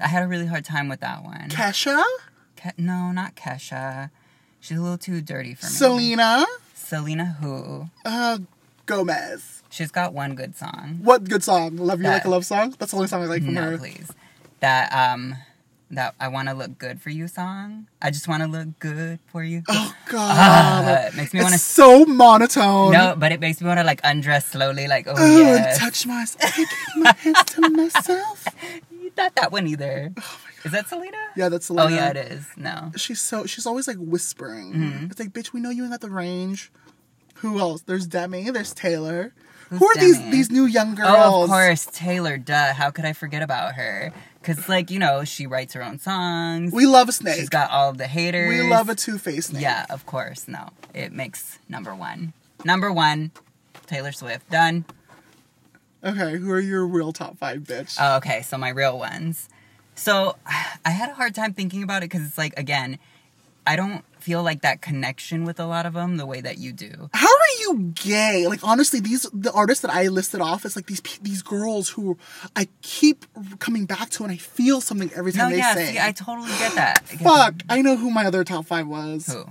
[SPEAKER 2] I had a really hard time with that one.
[SPEAKER 1] Kesha,
[SPEAKER 2] Ke- no, not Kesha. She's a little too dirty for me.
[SPEAKER 1] Selena,
[SPEAKER 2] Selena who?
[SPEAKER 1] uh, Gomez.
[SPEAKER 2] She's got one good song.
[SPEAKER 1] What good song? Love You
[SPEAKER 2] That-
[SPEAKER 1] Like a Love Song? That's the only song I like from
[SPEAKER 2] No,
[SPEAKER 1] her.
[SPEAKER 2] please. That um that I want to look good for you song. I just want to look good for you. [LAUGHS]
[SPEAKER 1] Oh
[SPEAKER 2] Ah,
[SPEAKER 1] god.
[SPEAKER 2] it makes me
[SPEAKER 1] it's
[SPEAKER 2] want to
[SPEAKER 1] so monotone.
[SPEAKER 2] No, but it makes me want to like undress slowly, like oh
[SPEAKER 1] Oh,
[SPEAKER 2] yes.
[SPEAKER 1] touch my, I give my hands to
[SPEAKER 2] [LAUGHS]
[SPEAKER 1] myself.
[SPEAKER 2] Not that one either. Is that Selena?
[SPEAKER 1] Oh Yeah, that's
[SPEAKER 2] Oh
[SPEAKER 1] Selena.
[SPEAKER 2] yeah, it is. No,
[SPEAKER 1] She's so she's always like whispering.
[SPEAKER 2] Mm-hmm.
[SPEAKER 1] It's like, bitch, we know you ain't got the range. Who else? There's Demi. There's Taylor. Who are these
[SPEAKER 2] Demi?
[SPEAKER 1] these new young girls?
[SPEAKER 2] Oh, of course, Taylor. Duh. How could I forget about her? Because, like, you know, she writes her own songs.
[SPEAKER 1] We love a snake.
[SPEAKER 2] She's got all of the haters.
[SPEAKER 1] we love a two faced snake.
[SPEAKER 2] Yeah, of course. No, it makes number one. Number one, Taylor Swift. Done.
[SPEAKER 1] Okay, who are your real top five, bitch?
[SPEAKER 2] Oh, okay, so my real ones. So [SIGHS] I had a hard time thinking about it because it's like again, I don't feel like that connection with a lot of them the way that you do.
[SPEAKER 1] How are you gay? Like honestly, these the artists that I listed off is like these pe- these girls who I keep coming back to, and I feel something every
[SPEAKER 2] No,
[SPEAKER 1] time they
[SPEAKER 2] yeah,
[SPEAKER 1] sing.
[SPEAKER 2] see, I totally get that.
[SPEAKER 1] Fuck, I know who my other top five was.
[SPEAKER 2] Who?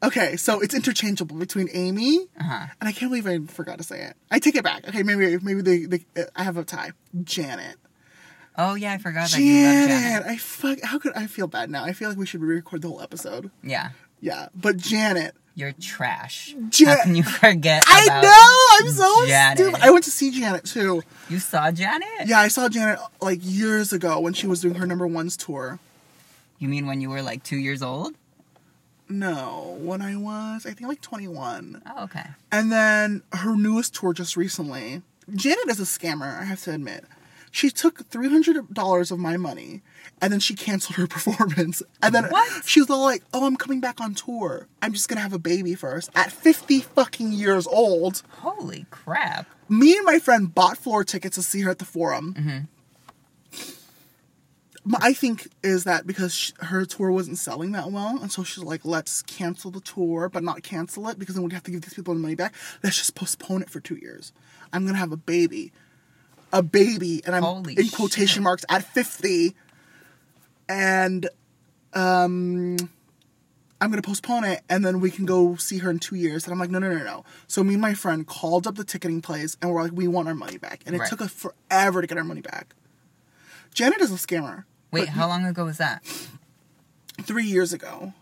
[SPEAKER 1] Okay, so it's interchangeable between Amy
[SPEAKER 2] Uh-huh.
[SPEAKER 1] and I can't believe I forgot to say it. I take it back. Okay, maybe maybe they, they uh, I have a tie. Janet.
[SPEAKER 2] Oh yeah, I forgot that you
[SPEAKER 1] Janet.
[SPEAKER 2] love Janet.
[SPEAKER 1] I fuck. How could I feel bad now? I feel like we should re-record the whole episode.
[SPEAKER 2] Yeah,
[SPEAKER 1] Yeah, but Janet.
[SPEAKER 2] you're trash.
[SPEAKER 1] Ja- [LAUGHS]
[SPEAKER 2] How can you forget? about-
[SPEAKER 1] I know. I'm so
[SPEAKER 2] Janet.
[SPEAKER 1] stupid. I went to see Janet too.
[SPEAKER 2] You saw Janet?
[SPEAKER 1] Yeah, I saw Janet like years ago when she was doing her number ones tour.
[SPEAKER 2] You mean when you were like two years old?
[SPEAKER 1] No, when I was I think like 21.
[SPEAKER 2] Oh okay.
[SPEAKER 1] And then her newest tour just recently. Janet is a scammer, I have to admit. She took three hundred dollars of my money, and then she canceled her [LAUGHS] performance. And then
[SPEAKER 2] What?
[SPEAKER 1] she was all like, "Oh, I'm coming back on tour. I'm just gonna have a baby first at fifty fucking years old."
[SPEAKER 2] Holy crap.
[SPEAKER 1] Me and my friend bought floor tickets to see her at the Forum.
[SPEAKER 2] Mm-hmm.
[SPEAKER 1] My- I think is that because sh her tour wasn't selling that well, and so she's like, "Let's cancel the tour, but not cancel it because then we'd have to give these people the money back. Let's just postpone it for two years. I'm gonna have a baby, a baby, and I'm
[SPEAKER 2] Holy
[SPEAKER 1] in quotation
[SPEAKER 2] shit.
[SPEAKER 1] marks at fifty, and um, I'm gonna postpone it, and then we can go see her in two years." And I'm like, "No, no, no, no." So me and my friend called up the ticketing place, and we're like, "We want our money back," and it
[SPEAKER 2] Right.
[SPEAKER 1] took us forever to get our money back. Janet is a scammer.
[SPEAKER 2] Wait,
[SPEAKER 1] But
[SPEAKER 2] how long ago was that?
[SPEAKER 1] three years ago.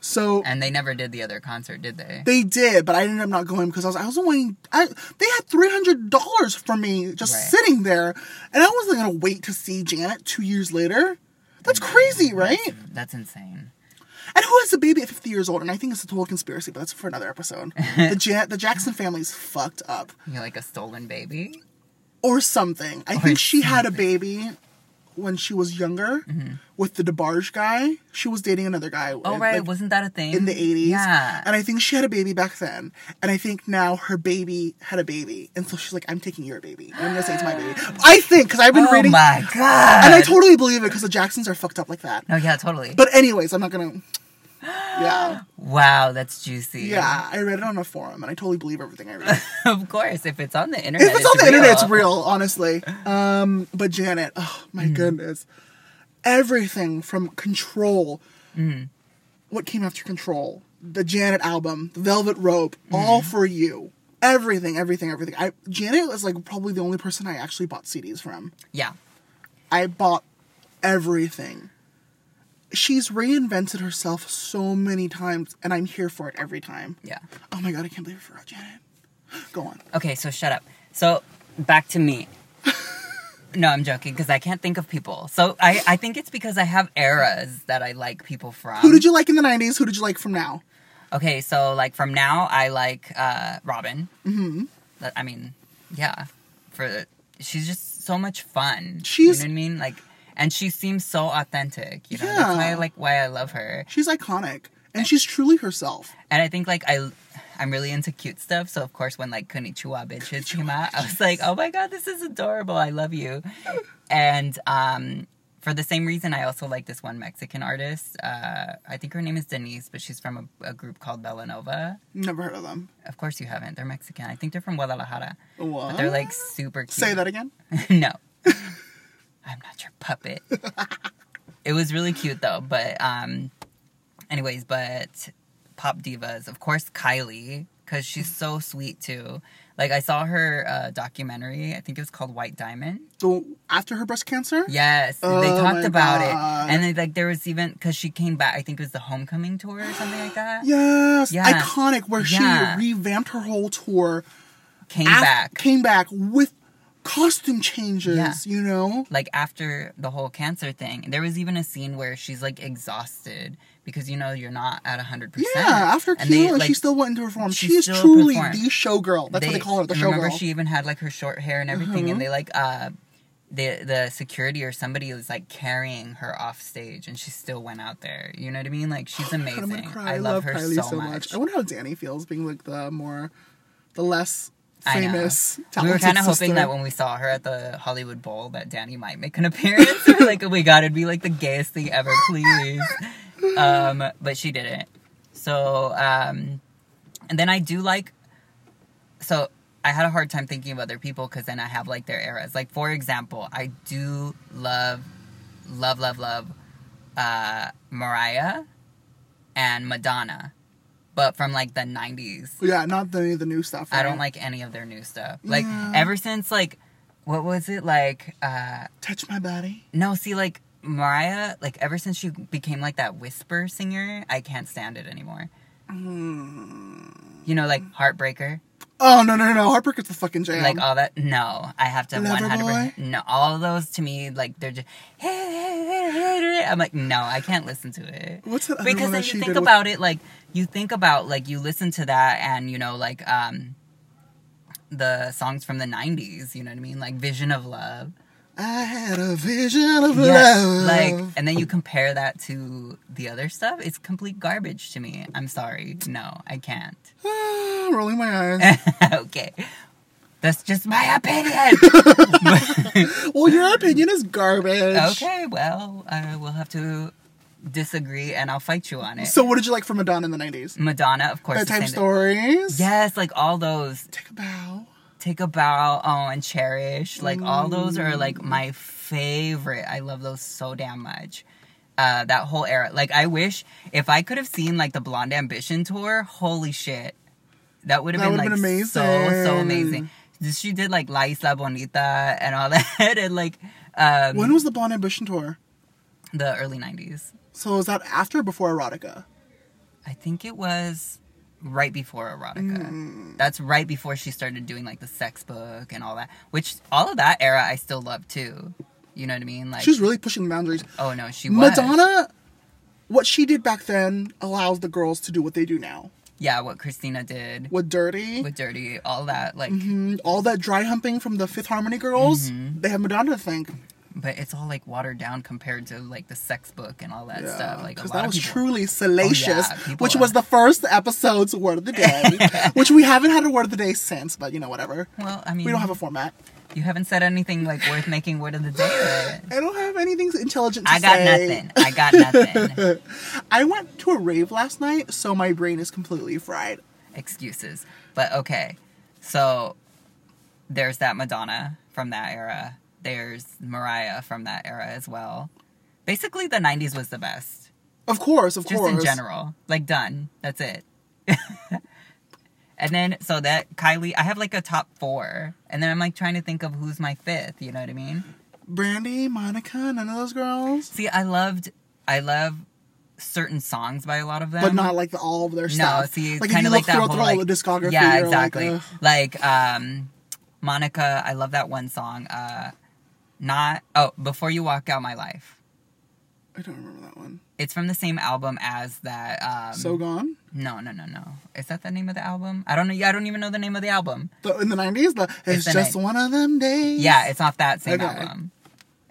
[SPEAKER 1] So
[SPEAKER 2] Mm. And they never did the other concert, did they?
[SPEAKER 1] they did, but I ended up not going because I was I was only I, they had three hundred dollars for me just
[SPEAKER 2] Right.
[SPEAKER 1] sitting there, and I wasn't gonna wait to see Janet two years later. That's crazy, right?
[SPEAKER 2] That's insane.
[SPEAKER 1] And who has a baby at fifty years old? And I think it's a total conspiracy, but that's for another episode.
[SPEAKER 2] [LAUGHS]
[SPEAKER 1] the Jan- the Jackson family's fucked up
[SPEAKER 2] You're like a stolen baby.
[SPEAKER 1] or something. I think she had a baby when she was younger with the DeBarge guy. She was dating another guy.
[SPEAKER 2] Mm-hmm. Oh
[SPEAKER 1] like-
[SPEAKER 2] right,
[SPEAKER 1] like,
[SPEAKER 2] wasn't that a thing
[SPEAKER 1] in the 80s.
[SPEAKER 2] Yeah,
[SPEAKER 1] And I think she had a baby back then. And I think now her baby had a baby. And so she's like, I'm taking your baby. And I'm going to say it's my
[SPEAKER 2] [GASPS]
[SPEAKER 1] baby. I think, because I've been
[SPEAKER 2] oh
[SPEAKER 1] reading.
[SPEAKER 2] my god!
[SPEAKER 1] And I totally believe it because the Jacksons are fucked up like that.
[SPEAKER 2] no, yeah, totally.
[SPEAKER 1] But, anyways, I'm not going
[SPEAKER 2] [GASPS]
[SPEAKER 1] to. Yeah.
[SPEAKER 2] wow, that's juicy.
[SPEAKER 1] Yeah. I read it on a forum and I totally believe everything I read.
[SPEAKER 2] [LAUGHS] of course. If it's on the internet,
[SPEAKER 1] if it's on the internet, it's real, honestly. Um, but Janet, oh my goodness, everything from Control, what came after Control, the Janet album, the Velvet Rope, all for you, everything, everything, everything. I Janet was like probably the only person I actually bought CDs from.
[SPEAKER 2] Yeah,
[SPEAKER 1] I bought everything. She's reinvented herself so many times, and I'm here for it every time.
[SPEAKER 2] yeah.
[SPEAKER 1] Oh my god, I can't believe I forgot Janet. Go on.
[SPEAKER 2] Okay, so shut up. So back to me. no, I'm joking because I can't think of people. So I, I think it's because I have eras that I like people from.
[SPEAKER 1] Who did you like in the 90s? Who did you like from now?
[SPEAKER 2] Okay, so like from now, I like uh, Robin. Mm-hmm. I mean, yeah, for she's just so much fun.
[SPEAKER 1] She's-
[SPEAKER 2] you know what I mean? Like and she seems so authentic, you know.
[SPEAKER 1] Yeah.
[SPEAKER 2] That's why I like why I love her.
[SPEAKER 1] She's iconic and she's truly herself.
[SPEAKER 2] And I think like I I'm really into cute stuff, so of course when like Konnichiwa bitches came out, I was like, "Oh my god, this is adorable. I love you." And um for the same reason, I also like this one Mexican artist. Uh, I think her name is Denise, but she's from a, a group called Belanova.
[SPEAKER 1] Never heard of them.
[SPEAKER 2] Of course, you haven't. They're Mexican. I think they're from Guadalajara.
[SPEAKER 1] What?
[SPEAKER 2] But they're like super cute.
[SPEAKER 1] Say that again.
[SPEAKER 2] [LAUGHS] no. I'm not your puppet. it was really cute though, but um anyways, but pop divas, of course Kylie cuz she's so sweet too. Like I saw her uh, documentary, I think it was called White Diamond.
[SPEAKER 1] The, after her breast cancer?
[SPEAKER 2] Yes, they
[SPEAKER 1] Oh
[SPEAKER 2] talked
[SPEAKER 1] my
[SPEAKER 2] about
[SPEAKER 1] God.
[SPEAKER 2] it. And they, like there was even cuz she came back, I think it was the homecoming tour or something like that.
[SPEAKER 1] Yes.
[SPEAKER 2] Yeah.
[SPEAKER 1] Iconic where
[SPEAKER 2] Yeah.
[SPEAKER 1] she revamped her whole tour.
[SPEAKER 2] Came
[SPEAKER 1] af-
[SPEAKER 2] back.
[SPEAKER 1] Came back with costume changes,
[SPEAKER 2] Yeah.
[SPEAKER 1] you know?
[SPEAKER 2] like after the whole cancer thing there was even a scene where she's like exhausted because you know you're not at 100%
[SPEAKER 1] Yeah, after
[SPEAKER 2] And they,
[SPEAKER 1] chemo,
[SPEAKER 2] like,
[SPEAKER 1] she still went into her form.
[SPEAKER 2] she
[SPEAKER 1] She is
[SPEAKER 2] still
[SPEAKER 1] truly
[SPEAKER 2] performed.
[SPEAKER 1] the showgirl. That's what they call her, the Mm-hmm.
[SPEAKER 2] and remember
[SPEAKER 1] showgirl.
[SPEAKER 2] she even had like her short hair and everything and they like uh the the security or somebody was like carrying her off stage and she still went out there you know what i mean like she's
[SPEAKER 1] God, [SIGHS] I'm
[SPEAKER 2] amazing
[SPEAKER 1] gonna cry.
[SPEAKER 2] i love her
[SPEAKER 1] Kylie
[SPEAKER 2] so, much,
[SPEAKER 1] I wonder how Danny feels being like the more, the less
[SPEAKER 2] I know.
[SPEAKER 1] famous.
[SPEAKER 2] we were
[SPEAKER 1] talented
[SPEAKER 2] kind of
[SPEAKER 1] sister.
[SPEAKER 2] hoping that when we saw her at the Hollywood Bowl, that Danny might make an [LAUGHS] appearance. We're like, oh my god, it'd be like the gayest thing ever, please. Um, but she didn't. So, um, and then I do like. So I had a hard time thinking of other people because then I have like their eras. Like for example, I do love, love, love, love, uh, Mariah and Madonna, but from like the '90s.
[SPEAKER 1] Yeah, not the the new stuff.
[SPEAKER 2] I don't
[SPEAKER 1] right?
[SPEAKER 2] like any of their new stuff. Like
[SPEAKER 1] Yeah.
[SPEAKER 2] ever since like what was it like uh
[SPEAKER 1] touch my body.
[SPEAKER 2] no, see like Mariah, like ever since she became like that whisper singer, I can't stand it anymore.
[SPEAKER 1] Mm.
[SPEAKER 2] You know, like Heartbreaker,
[SPEAKER 1] Oh no no no! no. Harper gets the fucking jam.
[SPEAKER 2] like uh, all that. No, I have to one
[SPEAKER 1] Loverboy?
[SPEAKER 2] hundred percent. No, all of those to me, like they're just. I'm like, no, I can't listen to it.
[SPEAKER 1] What's that other
[SPEAKER 2] Because
[SPEAKER 1] one
[SPEAKER 2] then
[SPEAKER 1] that she
[SPEAKER 2] you think
[SPEAKER 1] did with-
[SPEAKER 2] about it, like you think about like you listen to that, and you know, like um, the songs from the '90s. You know what I mean? Like Vision of Love.
[SPEAKER 1] I had a vision of
[SPEAKER 2] Yes,
[SPEAKER 1] love.
[SPEAKER 2] like, and then you compare that to the other stuff. It's complete garbage to me. I'm sorry. No, I can't. [LAUGHS]
[SPEAKER 1] Ah, rolling my eyes.
[SPEAKER 2] okay, that's just
[SPEAKER 1] [LAUGHS]
[SPEAKER 2] my opinion.
[SPEAKER 1] well, your opinion is garbage.
[SPEAKER 2] okay, well, I will have to disagree, and I'll fight you on it.
[SPEAKER 1] So what did you like from Madonna in the nineties?
[SPEAKER 2] Madonna, of course. the
[SPEAKER 1] Bedtime
[SPEAKER 2] same-
[SPEAKER 1] stories.
[SPEAKER 2] Yes, like all those.
[SPEAKER 1] Take a bow.
[SPEAKER 2] Take a bow, oh, and cherish. Like all those are like
[SPEAKER 1] Mm.
[SPEAKER 2] my favorite. I love those so damn much. Uh, that whole era. Like I wish if I could have seen like the Blonde Ambition tour. Holy shit, that would have
[SPEAKER 1] That
[SPEAKER 2] been like
[SPEAKER 1] would've been
[SPEAKER 2] so so
[SPEAKER 1] amazing.
[SPEAKER 2] amazing. She did like La Isla Bonita and all [LAUGHS] that, and like um,
[SPEAKER 1] When was the Blonde Ambition tour?
[SPEAKER 2] the early '90s.
[SPEAKER 1] So is that after or before Erotica?
[SPEAKER 2] I think it was right before erotica.
[SPEAKER 1] Mm.
[SPEAKER 2] That's right before she started doing like the sex book and all that, which all of that era I still love too. You know what I mean? Like
[SPEAKER 1] She was really pushing the boundaries.
[SPEAKER 2] oh no, she was
[SPEAKER 1] Madonna, what she did back then allows the girls to do what they do now.
[SPEAKER 2] Yeah, what Christina did
[SPEAKER 1] With Dirty,
[SPEAKER 2] with Dirty, all that like
[SPEAKER 1] mm, all that dry humping from the Fifth Harmony girls,
[SPEAKER 2] Mm-hmm.
[SPEAKER 1] they have Madonna to thank.
[SPEAKER 2] but it's all like watered down compared to like the sex book and all that stuff. Like a
[SPEAKER 1] Because
[SPEAKER 2] lot
[SPEAKER 1] Uh, that
[SPEAKER 2] of
[SPEAKER 1] was
[SPEAKER 2] people-
[SPEAKER 1] truly salacious,
[SPEAKER 2] Oh, yeah, people
[SPEAKER 1] which
[SPEAKER 2] are-
[SPEAKER 1] was the first episode's word of the
[SPEAKER 2] [LAUGHS]
[SPEAKER 1] day, which we haven't had a word of the day since, but you know, whatever.
[SPEAKER 2] Well, I mean
[SPEAKER 1] We don't have a format.
[SPEAKER 2] you haven't said anything like worth making word of the day. right?
[SPEAKER 1] I don't have anything intelligent [LAUGHS] to
[SPEAKER 2] I got
[SPEAKER 1] say.
[SPEAKER 2] nothing. I got nothing.
[SPEAKER 1] I went to a rave last night, so my brain is completely fried.
[SPEAKER 2] excuses. But okay. So there's that Madonna from that era. There's Mariah from that era as well. Basically the 90s was the best.
[SPEAKER 1] Of course, of
[SPEAKER 2] Just
[SPEAKER 1] course.
[SPEAKER 2] in general. Like done. That's it. [LAUGHS] and then so that Kylie, I have like a top 4. And then I'm like trying to think of who's my fifth, you know what I mean?
[SPEAKER 1] Brandy, Monica, none of those girls.
[SPEAKER 2] See, I loved I love certain songs by a lot of them.
[SPEAKER 1] But not like the, all of their
[SPEAKER 2] Um, No,
[SPEAKER 1] stuff.
[SPEAKER 2] see,
[SPEAKER 1] like
[SPEAKER 2] kind of like that
[SPEAKER 1] through,
[SPEAKER 2] whole
[SPEAKER 1] through
[SPEAKER 2] like,
[SPEAKER 1] all the discography.
[SPEAKER 2] Yeah,
[SPEAKER 1] you're like, uh.
[SPEAKER 2] exactly.
[SPEAKER 1] ugh.
[SPEAKER 2] Like, um, Monica, I love that one song. Uh, not oh, before you walk out my life.
[SPEAKER 1] I don't remember that one.
[SPEAKER 2] It's from the same album as that. Um,
[SPEAKER 1] so gone.
[SPEAKER 2] no, no, no, no. Is that the name of the album? I don't know. I don't even know the name of the album.
[SPEAKER 1] The, in the nineties, the it's,
[SPEAKER 2] the
[SPEAKER 1] just
[SPEAKER 2] night-
[SPEAKER 1] one of them days.
[SPEAKER 2] Yeah, it's off that same
[SPEAKER 1] Okay.
[SPEAKER 2] album.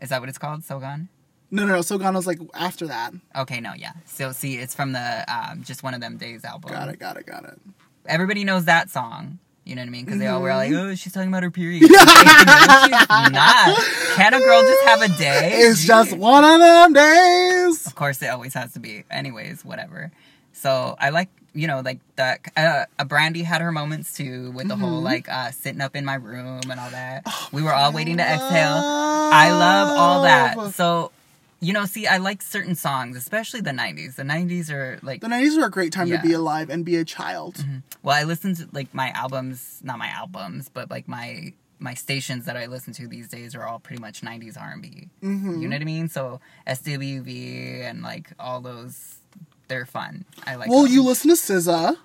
[SPEAKER 2] Is that what it's called? So gone.
[SPEAKER 1] no, no, no. So gone was like after that.
[SPEAKER 2] Okay, no, yeah. So see, it's from the um, just one of them days album.
[SPEAKER 1] Got it. Got it. Got it.
[SPEAKER 2] Everybody knows that song. You know what I mean? Because they all were like, "Oh, she's talking about her period." no, she's not. Can a girl just have a day?
[SPEAKER 1] It's
[SPEAKER 2] Jeez.
[SPEAKER 1] just one of them days.
[SPEAKER 2] Of course, it always has to be. Anyways, whatever. So I like, you know, like that. Uh, uh, Brandy had her moments too with the whole like uh, sitting up in my room and all that. we were all waiting to exhale. I love all that. So, you know, see, I like certain songs, especially the '90s. The '90s are like
[SPEAKER 1] The nineties were a great time
[SPEAKER 2] Yeah. Mm-hmm.
[SPEAKER 1] to be alive and be a child.
[SPEAKER 2] Well, I listen to like my albums, not my albums, but like my my stations that I listen to these days are all pretty much '90s R&B.
[SPEAKER 1] Mm-hmm.
[SPEAKER 2] You know what I mean? So SWV and like all those, they're fun. I like.
[SPEAKER 1] Well,
[SPEAKER 2] them.
[SPEAKER 1] you listen to SZA. SZA's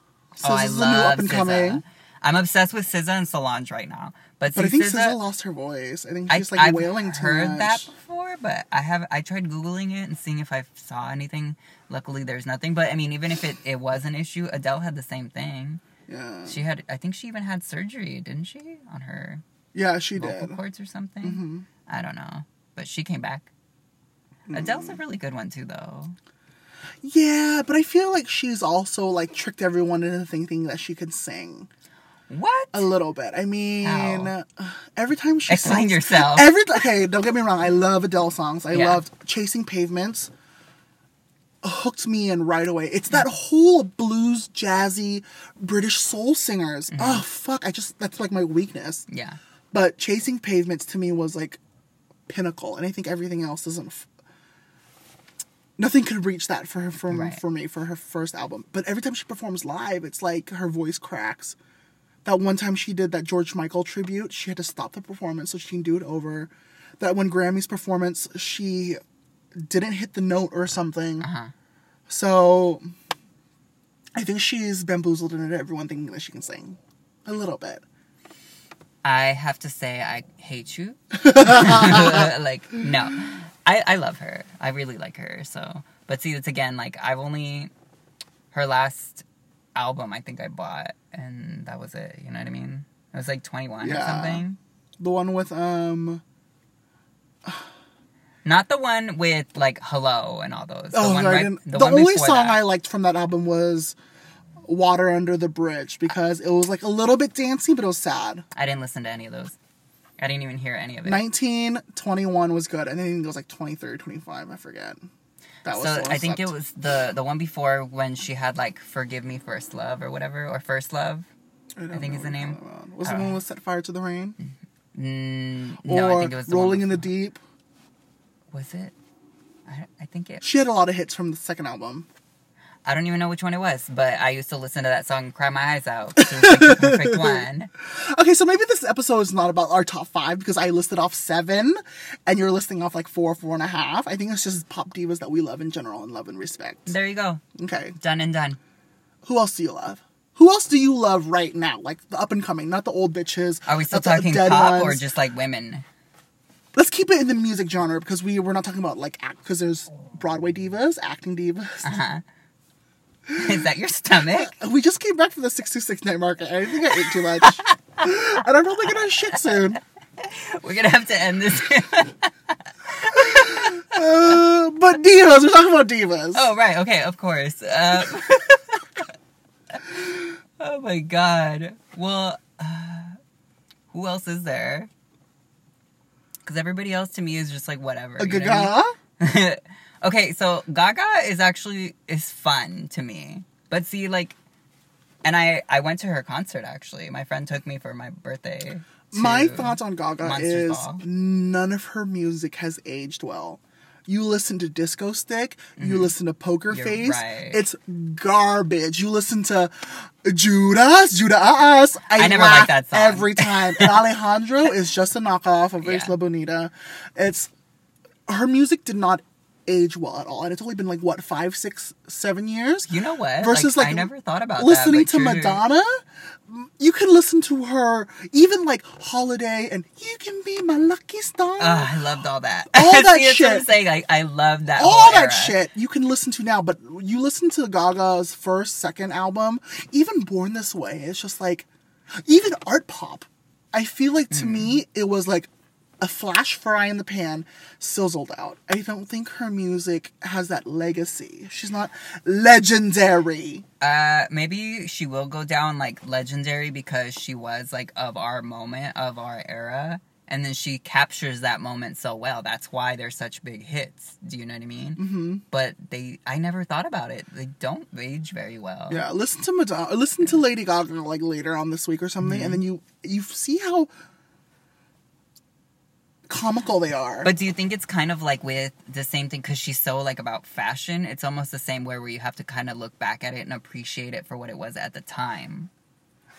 [SPEAKER 2] Oh, I
[SPEAKER 1] the
[SPEAKER 2] love
[SPEAKER 1] new up and
[SPEAKER 2] SZA.
[SPEAKER 1] coming.
[SPEAKER 2] I'm obsessed with SZA and Solange right now, but,
[SPEAKER 1] But
[SPEAKER 2] see,
[SPEAKER 1] I think
[SPEAKER 2] SZA,
[SPEAKER 1] SZA, lost her voice. I think
[SPEAKER 2] I,
[SPEAKER 1] she's like
[SPEAKER 2] I've
[SPEAKER 1] wailing too
[SPEAKER 2] heard
[SPEAKER 1] much.
[SPEAKER 2] that before, but I have I tried googling it and seeing if I saw anything. Luckily, there's nothing. But I mean, even if it, it was an issue, Adele had the same thing.
[SPEAKER 1] Yeah,
[SPEAKER 2] She had, I think she even had surgery, didn't she, on her
[SPEAKER 1] yeah, Mm-hmm. she
[SPEAKER 2] vocal
[SPEAKER 1] did.
[SPEAKER 2] cords or something? I don't know, but she came back.
[SPEAKER 1] Mm-hmm.
[SPEAKER 2] Adele's a really good one too, though.
[SPEAKER 1] Yeah, but I feel like she's also like tricked everyone into thinking that she can sing
[SPEAKER 2] What?
[SPEAKER 1] a little bit. I mean,
[SPEAKER 2] How?
[SPEAKER 1] every time she
[SPEAKER 2] Explain
[SPEAKER 1] sings,
[SPEAKER 2] yourself.
[SPEAKER 1] Every okay, don't get me wrong. I love Adele songs. I
[SPEAKER 2] Yeah.
[SPEAKER 1] loved Chasing Pavements. Hooked me in right away. It's that whole blues, jazzy, British soul singers.
[SPEAKER 2] Mm-hmm.
[SPEAKER 1] Oh fuck! I just that's like my weakness.
[SPEAKER 2] yeah,
[SPEAKER 1] But Chasing Pavements to me was like pinnacle, and I think everything else doesn't. F- Nothing could reach that for her from
[SPEAKER 2] Right.
[SPEAKER 1] for me for her first album. But every time she performs live, it's like her voice cracks. That one time she did that George Michael tribute, she had to stop the performance so she can do it over. That one Grammys performance, she didn't hit the note or something. So I think she's bamboozled into everyone thinking that she can sing a little bit.
[SPEAKER 2] I have to say I hate you. [LAUGHS] like no, I I love her. I really like her. So, but see, it's again like I've only her last album I think I bought, and that was it. You know what I mean? It was like 21 or
[SPEAKER 1] Yeah.
[SPEAKER 2] something.
[SPEAKER 1] The one with um
[SPEAKER 2] Not the one with like hello and all those. The
[SPEAKER 1] Oh,
[SPEAKER 2] one
[SPEAKER 1] no, I
[SPEAKER 2] right-
[SPEAKER 1] didn't-
[SPEAKER 2] the
[SPEAKER 1] the,
[SPEAKER 2] one
[SPEAKER 1] only
[SPEAKER 2] before
[SPEAKER 1] song
[SPEAKER 2] that.
[SPEAKER 1] I liked from that album was "Water Under the Bridge" because it was like a little bit dancey, but it was sad.
[SPEAKER 2] I didn't listen to any of those. I didn't even hear any of it.
[SPEAKER 1] Nineteen twenty one was good, and then I think it was like 23, 25, I forget. That was
[SPEAKER 2] so
[SPEAKER 1] the one
[SPEAKER 2] I think it
[SPEAKER 1] slept.
[SPEAKER 2] was the the one before when she had like "Forgive Me, First Love" or whatever, or "First Love."
[SPEAKER 1] don't
[SPEAKER 2] I think
[SPEAKER 1] know
[SPEAKER 2] is the
[SPEAKER 1] what you're
[SPEAKER 2] name.
[SPEAKER 1] talking about. Was the one with "Set Fire to the Rain"
[SPEAKER 2] Mm,
[SPEAKER 1] or
[SPEAKER 2] no, I think it was the
[SPEAKER 1] "Rolling
[SPEAKER 2] one.
[SPEAKER 1] in the Deep"?
[SPEAKER 2] Was it? I, I think it.
[SPEAKER 1] She had a lot of hits from the second album.
[SPEAKER 2] I don't even know which one it was, but I used to listen to that song and cry my eyes out. 'cause It was
[SPEAKER 1] [LAUGHS]
[SPEAKER 2] like the perfect one.
[SPEAKER 1] Okay, so maybe this episode is not about our top five because I listed off seven, and you're listing off like four, four and a half. I think it's just pop divas that we love in general and love and respect.
[SPEAKER 2] There you go,
[SPEAKER 1] Okay,
[SPEAKER 2] done and done.
[SPEAKER 1] Who else do you love? Who else do you love right now? Like the up and coming, not the old bitches.
[SPEAKER 2] Are we still
[SPEAKER 1] not the
[SPEAKER 2] talking
[SPEAKER 1] dead
[SPEAKER 2] pop or
[SPEAKER 1] ones.
[SPEAKER 2] just like women? [LAUGHS]
[SPEAKER 1] Let's keep it in the music genre because we we're not talking about like act because there's Broadway divas, acting divas.
[SPEAKER 2] Uh-huh. Is that your stomach?
[SPEAKER 1] We just came back from the six two six night market. I think I ate too
[SPEAKER 2] [LAUGHS]
[SPEAKER 1] much, and I'm probably gonna have shit soon.
[SPEAKER 2] We're gonna have to end this.
[SPEAKER 1] Uh, but divas, we're talking about divas.
[SPEAKER 2] Oh right, okay, of course. Uh, [LAUGHS] oh my god. Well, uh, who else is there? Because everybody else to me is just like whatever.
[SPEAKER 1] a
[SPEAKER 2] you know
[SPEAKER 1] Gaga.
[SPEAKER 2] what I mean? [LAUGHS] okay, so Gaga is actually is fun to me, but see, like, and I I went to her concert actually. My friend took me for my birthday. to-
[SPEAKER 1] My thoughts on Gaga
[SPEAKER 2] Monsters
[SPEAKER 1] is
[SPEAKER 2] Ball.
[SPEAKER 1] none of her music has aged well. You listen to Disco Stick, you listen to Poker
[SPEAKER 2] Mm-hmm. You're
[SPEAKER 1] Face,
[SPEAKER 2] right.
[SPEAKER 1] it's garbage. You listen to Judas, Judas. I,
[SPEAKER 2] I never
[SPEAKER 1] laugh
[SPEAKER 2] liked that song.
[SPEAKER 1] every time. And
[SPEAKER 2] [LAUGHS]
[SPEAKER 1] Alejandro is just a knockoff of Ace
[SPEAKER 2] Yeah.
[SPEAKER 1] La Bonita. It's her music did not age well at all. And it's only been like what five, six, seven years.
[SPEAKER 2] You know what?
[SPEAKER 1] Versus, like,
[SPEAKER 2] I never thought about
[SPEAKER 1] listening
[SPEAKER 2] that,
[SPEAKER 1] to
[SPEAKER 2] but you're-
[SPEAKER 1] Madonna, you can listen to her even like Holiday and "You Can Be My Lucky Star."
[SPEAKER 2] Ugh, I loved all that. [LAUGHS]
[SPEAKER 1] All
[SPEAKER 2] See,
[SPEAKER 1] that
[SPEAKER 2] that's what I'm
[SPEAKER 1] shit.
[SPEAKER 2] saying. Like I loved that.
[SPEAKER 1] all
[SPEAKER 2] whole
[SPEAKER 1] that
[SPEAKER 2] era.
[SPEAKER 1] shit you can listen to now, but you listen to Gaga's first, second album, even Born This Way, it's just like, even art pop. I feel like
[SPEAKER 2] Hmm.
[SPEAKER 1] to me, it was like a flash fry in the pan, sizzled out. I don't think her music has that legacy. She's not legendary.
[SPEAKER 2] Uh, maybe she will go down like legendary because she was like of our moment, of our era, and then she captures that moment so well. That's why they're such big hits. Do you know what I mean? Mm-hmm. But they, I never thought about it. They don't age very well.
[SPEAKER 1] Yeah, listen to Madonna, listen to Lady Gaga like later on this week or
[SPEAKER 2] Mm-hmm.
[SPEAKER 1] something, and then you you see how comical they are.
[SPEAKER 2] But do you think it's kind of like with the same thing because she's so like about fashion? It's almost the same way where you have to kind of look back at it and appreciate it for what it was at the time.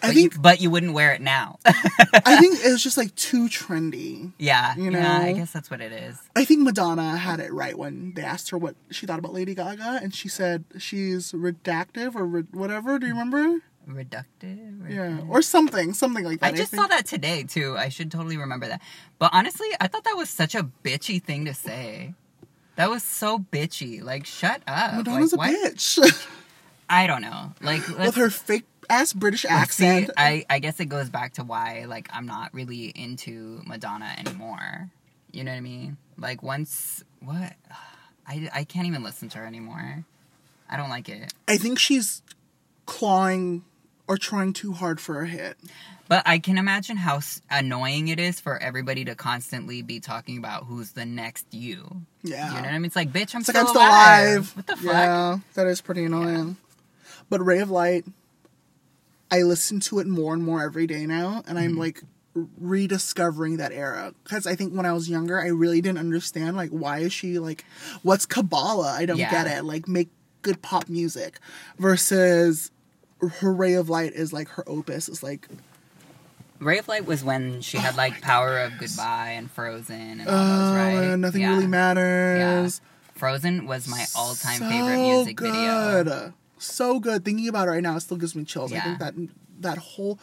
[SPEAKER 1] I
[SPEAKER 2] But, [LAUGHS]
[SPEAKER 1] think
[SPEAKER 2] you, but you wouldn't wear it now. [LAUGHS]
[SPEAKER 1] I think it's just like too trendy.
[SPEAKER 2] yeah,
[SPEAKER 1] You
[SPEAKER 2] yeah. I
[SPEAKER 1] know?
[SPEAKER 2] guess that's what it is.
[SPEAKER 1] I think Madonna had it right when they asked her what she thought about Lady Gaga, and she said she's reductive or re- whatever. Do you remember?
[SPEAKER 2] Reductive.
[SPEAKER 1] Yeah, or something, something like
[SPEAKER 2] Mm-hmm. I
[SPEAKER 1] that.
[SPEAKER 2] just
[SPEAKER 1] think.
[SPEAKER 2] saw that today too. I should totally remember that. But honestly, I thought that was such a bitchy thing to say. That was so bitchy. Like, shut up.
[SPEAKER 1] Madonna's
[SPEAKER 2] like,
[SPEAKER 1] a
[SPEAKER 2] why-
[SPEAKER 1] bitch [LAUGHS]
[SPEAKER 2] I don't know. Like,
[SPEAKER 1] with
[SPEAKER 2] let's-
[SPEAKER 1] her fake ass British
[SPEAKER 2] See,
[SPEAKER 1] accent.
[SPEAKER 2] I, I guess it goes back to why like I'm not really into Madonna anymore. You know what I mean? Like once what [SIGHS] I I can't even listen to her anymore. I don't like it.
[SPEAKER 1] I think she's clawing or trying too hard for a hit.
[SPEAKER 2] But I can imagine how s- annoying it is for everybody to constantly be talking about who's the next you.
[SPEAKER 1] Yeah.
[SPEAKER 2] You know what I mean? It's like, bitch, I'm,
[SPEAKER 1] It's
[SPEAKER 2] still,
[SPEAKER 1] like I'm still
[SPEAKER 2] alive.
[SPEAKER 1] alive.
[SPEAKER 2] What the fuck?
[SPEAKER 1] Yeah, that is pretty annoying. But Ray of Light, I listen to it more and more every day now, and I'm like rediscovering that era because I think when I was younger, I really didn't understand like why is she like, what's Kabbalah? I don't
[SPEAKER 2] Yeah.
[SPEAKER 1] get it. Like make good pop music, versus her Ray of Light is like her opus is like
[SPEAKER 2] Ray of Light was when she had like Power of Goodbye and Frozen and all
[SPEAKER 1] oh,
[SPEAKER 2] those, right?
[SPEAKER 1] nothing
[SPEAKER 2] Yeah.
[SPEAKER 1] really
[SPEAKER 2] Yeah.
[SPEAKER 1] matters.
[SPEAKER 2] Frozen was my all time favorite music video.
[SPEAKER 1] good. So good. Thinking about it right now, it still gives me chills. I
[SPEAKER 2] Yeah.
[SPEAKER 1] think that that whole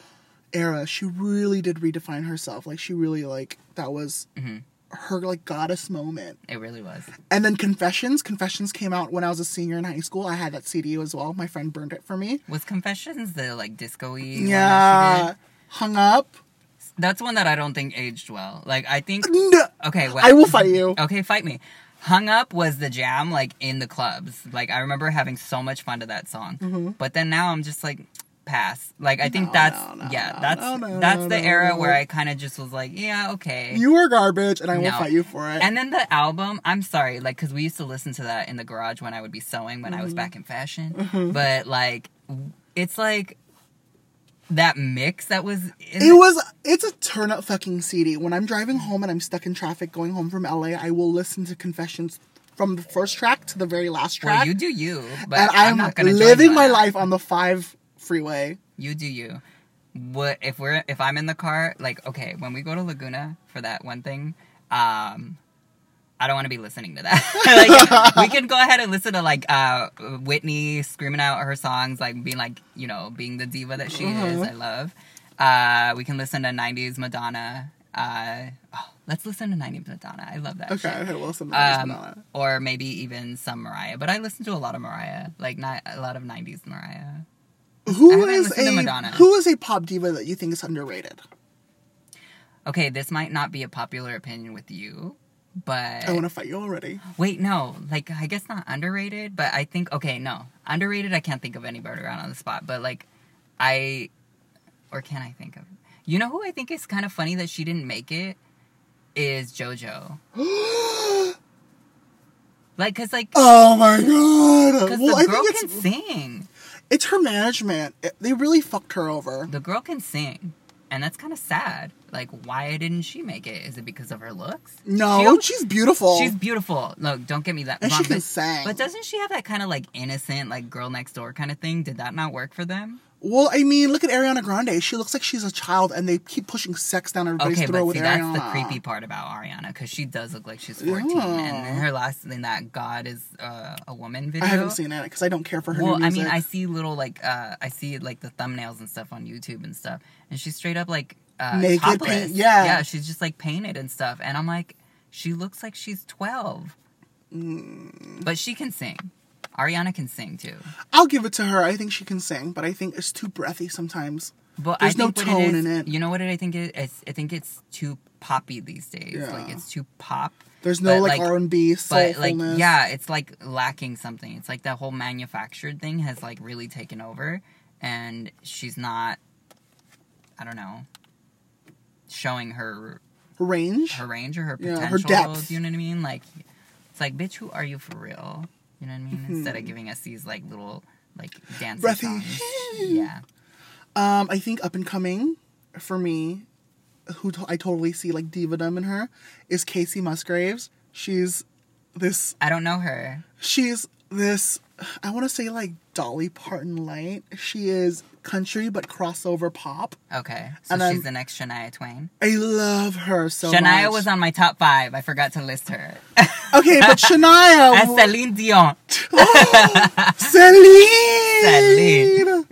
[SPEAKER 1] era, she really did redefine herself. Like she really like that was
[SPEAKER 2] Mm-hmm.
[SPEAKER 1] her like goddess moment.
[SPEAKER 2] It really was.
[SPEAKER 1] And then Confessions. Confessions came out when I was a senior in high school. I had that CD as well. My friend burned it for me.
[SPEAKER 2] Was Confessions the like disco y?
[SPEAKER 1] Yeah. Hung up.
[SPEAKER 2] That's one that I don't think aged well. Like, I think.
[SPEAKER 1] No.
[SPEAKER 2] Okay, well.
[SPEAKER 1] I will fight you.
[SPEAKER 2] Okay, fight me. Hung Up was the jam, like in the clubs. Like I remember having so much fun to that song. But then now I'm just like, pass. Like I think
[SPEAKER 1] Mm-hmm. No,
[SPEAKER 2] that's
[SPEAKER 1] no, no,
[SPEAKER 2] yeah,
[SPEAKER 1] no,
[SPEAKER 2] that's
[SPEAKER 1] no, no,
[SPEAKER 2] that's
[SPEAKER 1] no,
[SPEAKER 2] the
[SPEAKER 1] no,
[SPEAKER 2] era
[SPEAKER 1] no.
[SPEAKER 2] where I kind of just was like, yeah, okay.
[SPEAKER 1] You are garbage and I will
[SPEAKER 2] No.
[SPEAKER 1] fight you for it.
[SPEAKER 2] and then the album, I'm sorry, like because we used to listen to that in the garage when I would be sewing when I
[SPEAKER 1] Mm-hmm.
[SPEAKER 2] was back in fashion. But like, it's like that mix that was. In
[SPEAKER 1] It was it's a turn up fucking CD. When I'm driving home and I'm stuck in traffic going home from LA, I will listen to Confessions from the first track to the very last track.
[SPEAKER 2] Well, you do you, but
[SPEAKER 1] and
[SPEAKER 2] I'm,
[SPEAKER 1] I'm,
[SPEAKER 2] not gonna join you
[SPEAKER 1] living
[SPEAKER 2] on
[SPEAKER 1] my
[SPEAKER 2] that.
[SPEAKER 1] life on the 5 freeway.
[SPEAKER 2] You do you. What if we're if I'm in the car? Like okay, when we go to Laguna for that one thing, um, I don't want to be listening to that. [LAUGHS] like, we can go ahead and listen to like uh Whitney screaming out her songs, like being like you know being the diva that she
[SPEAKER 1] Mm-hmm.
[SPEAKER 2] is. I love. Uh, we can listen to '90s Madonna. Uh, oh, let's listen to '90s Madonna. I love that.
[SPEAKER 1] Okay,
[SPEAKER 2] shit.
[SPEAKER 1] I will listen to
[SPEAKER 2] Um,
[SPEAKER 1] that.
[SPEAKER 2] or maybe even some Mariah, but I listen to a lot of Mariah, like not a lot of '90s Mariah. Um, I
[SPEAKER 1] Who
[SPEAKER 2] haven't
[SPEAKER 1] is
[SPEAKER 2] listened to
[SPEAKER 1] a
[SPEAKER 2] Madonna.
[SPEAKER 1] who is a pop diva that you think is underrated?
[SPEAKER 2] okay, this might not be a popular opinion with you, but
[SPEAKER 1] I want to fight you already. [GASPS]
[SPEAKER 2] wait, no, like I guess not underrated, but I think okay, no, underrated. I can't think of anybody around on the spot, but like I, or can I think of? You know who I think is kind of funny that she didn't make it is JoJo. like, cause like,
[SPEAKER 1] Oh my god!
[SPEAKER 2] cause
[SPEAKER 1] Well, I
[SPEAKER 2] the girl
[SPEAKER 1] think
[SPEAKER 2] can
[SPEAKER 1] it's
[SPEAKER 2] sing.
[SPEAKER 1] it's her management. It- they really fucked her over.
[SPEAKER 2] The girl can sing, and that's kind of sad. Like, why didn't she make it? Is it because of her looks? She
[SPEAKER 1] No,
[SPEAKER 2] al-
[SPEAKER 1] she's beautiful.
[SPEAKER 2] She's beautiful. Look, don't get me that.
[SPEAKER 1] And she
[SPEAKER 2] wrong,
[SPEAKER 1] can
[SPEAKER 2] but,
[SPEAKER 1] sing.
[SPEAKER 2] but doesn't she have that kind of like innocent, like girl next door kind of thing? Did that not work for them?
[SPEAKER 1] well, I mean, look at Ariana Grande. She looks like she's a child, and they keep pushing sex down everybody's
[SPEAKER 2] Okay,
[SPEAKER 1] throat
[SPEAKER 2] but
[SPEAKER 1] with
[SPEAKER 2] see, that's
[SPEAKER 1] Ariana.
[SPEAKER 2] the creepy part about Ariana because she does look like she's 14,
[SPEAKER 1] Yeah.
[SPEAKER 2] and her last in that God is uh, a woman video.
[SPEAKER 1] I haven't seen it because I don't care for her
[SPEAKER 2] Well,
[SPEAKER 1] new
[SPEAKER 2] I mean,
[SPEAKER 1] music.
[SPEAKER 2] I see little like uh, I see like the thumbnails and stuff on YouTube and stuff, and she's straight up like uh,
[SPEAKER 1] Naked
[SPEAKER 2] topless.
[SPEAKER 1] paint- yeah.
[SPEAKER 2] yeah, she's just like painted and stuff, and I'm like, she looks like she's 12,
[SPEAKER 1] Mm.
[SPEAKER 2] but she can sing. Ariana can sing too,
[SPEAKER 1] I'll give it to her. I think she can sing, but I think it's too breathy sometimes.
[SPEAKER 2] but
[SPEAKER 1] There's
[SPEAKER 2] I think
[SPEAKER 1] no
[SPEAKER 2] what it
[SPEAKER 1] tone
[SPEAKER 2] is,
[SPEAKER 1] in it.
[SPEAKER 2] You know what it, I think it is? I think it's too poppy these days.
[SPEAKER 1] Yeah.
[SPEAKER 2] Like it's too pop.
[SPEAKER 1] There's no
[SPEAKER 2] but,
[SPEAKER 1] like, R and B
[SPEAKER 2] but
[SPEAKER 1] soulfulness.
[SPEAKER 2] like yeah it's like lacking something it's like that whole manufactured thing has like really taken over and she's not i don't know showing her
[SPEAKER 1] range.
[SPEAKER 2] her range or her
[SPEAKER 1] Yeah,
[SPEAKER 2] potential
[SPEAKER 1] her depth.
[SPEAKER 2] you know what i mean like it's like bitch who are you for real you know what i
[SPEAKER 1] Mm-hmm.
[SPEAKER 2] mean instead of giving us these like little like dance
[SPEAKER 1] Breathy.
[SPEAKER 2] songs yeah
[SPEAKER 1] Um, I think up and coming for me, who to- I totally see like diva-dom in her is Casey Musgraves. She's this.
[SPEAKER 2] i don't know her
[SPEAKER 1] She's this. I want to say like Dolly Parton light. She is country but crossover pop.
[SPEAKER 2] okay so
[SPEAKER 1] And
[SPEAKER 2] she's
[SPEAKER 1] I'm-
[SPEAKER 2] the next shania twain
[SPEAKER 1] I love her so
[SPEAKER 2] shania
[SPEAKER 1] much.
[SPEAKER 2] was on my top five i forgot to list her
[SPEAKER 1] Oh, okay,
[SPEAKER 2] [LAUGHS]
[SPEAKER 1] but Shania. [GASPS] Oh,
[SPEAKER 2] and celine dion [LAUGHS]
[SPEAKER 1] Celine.
[SPEAKER 2] Celine.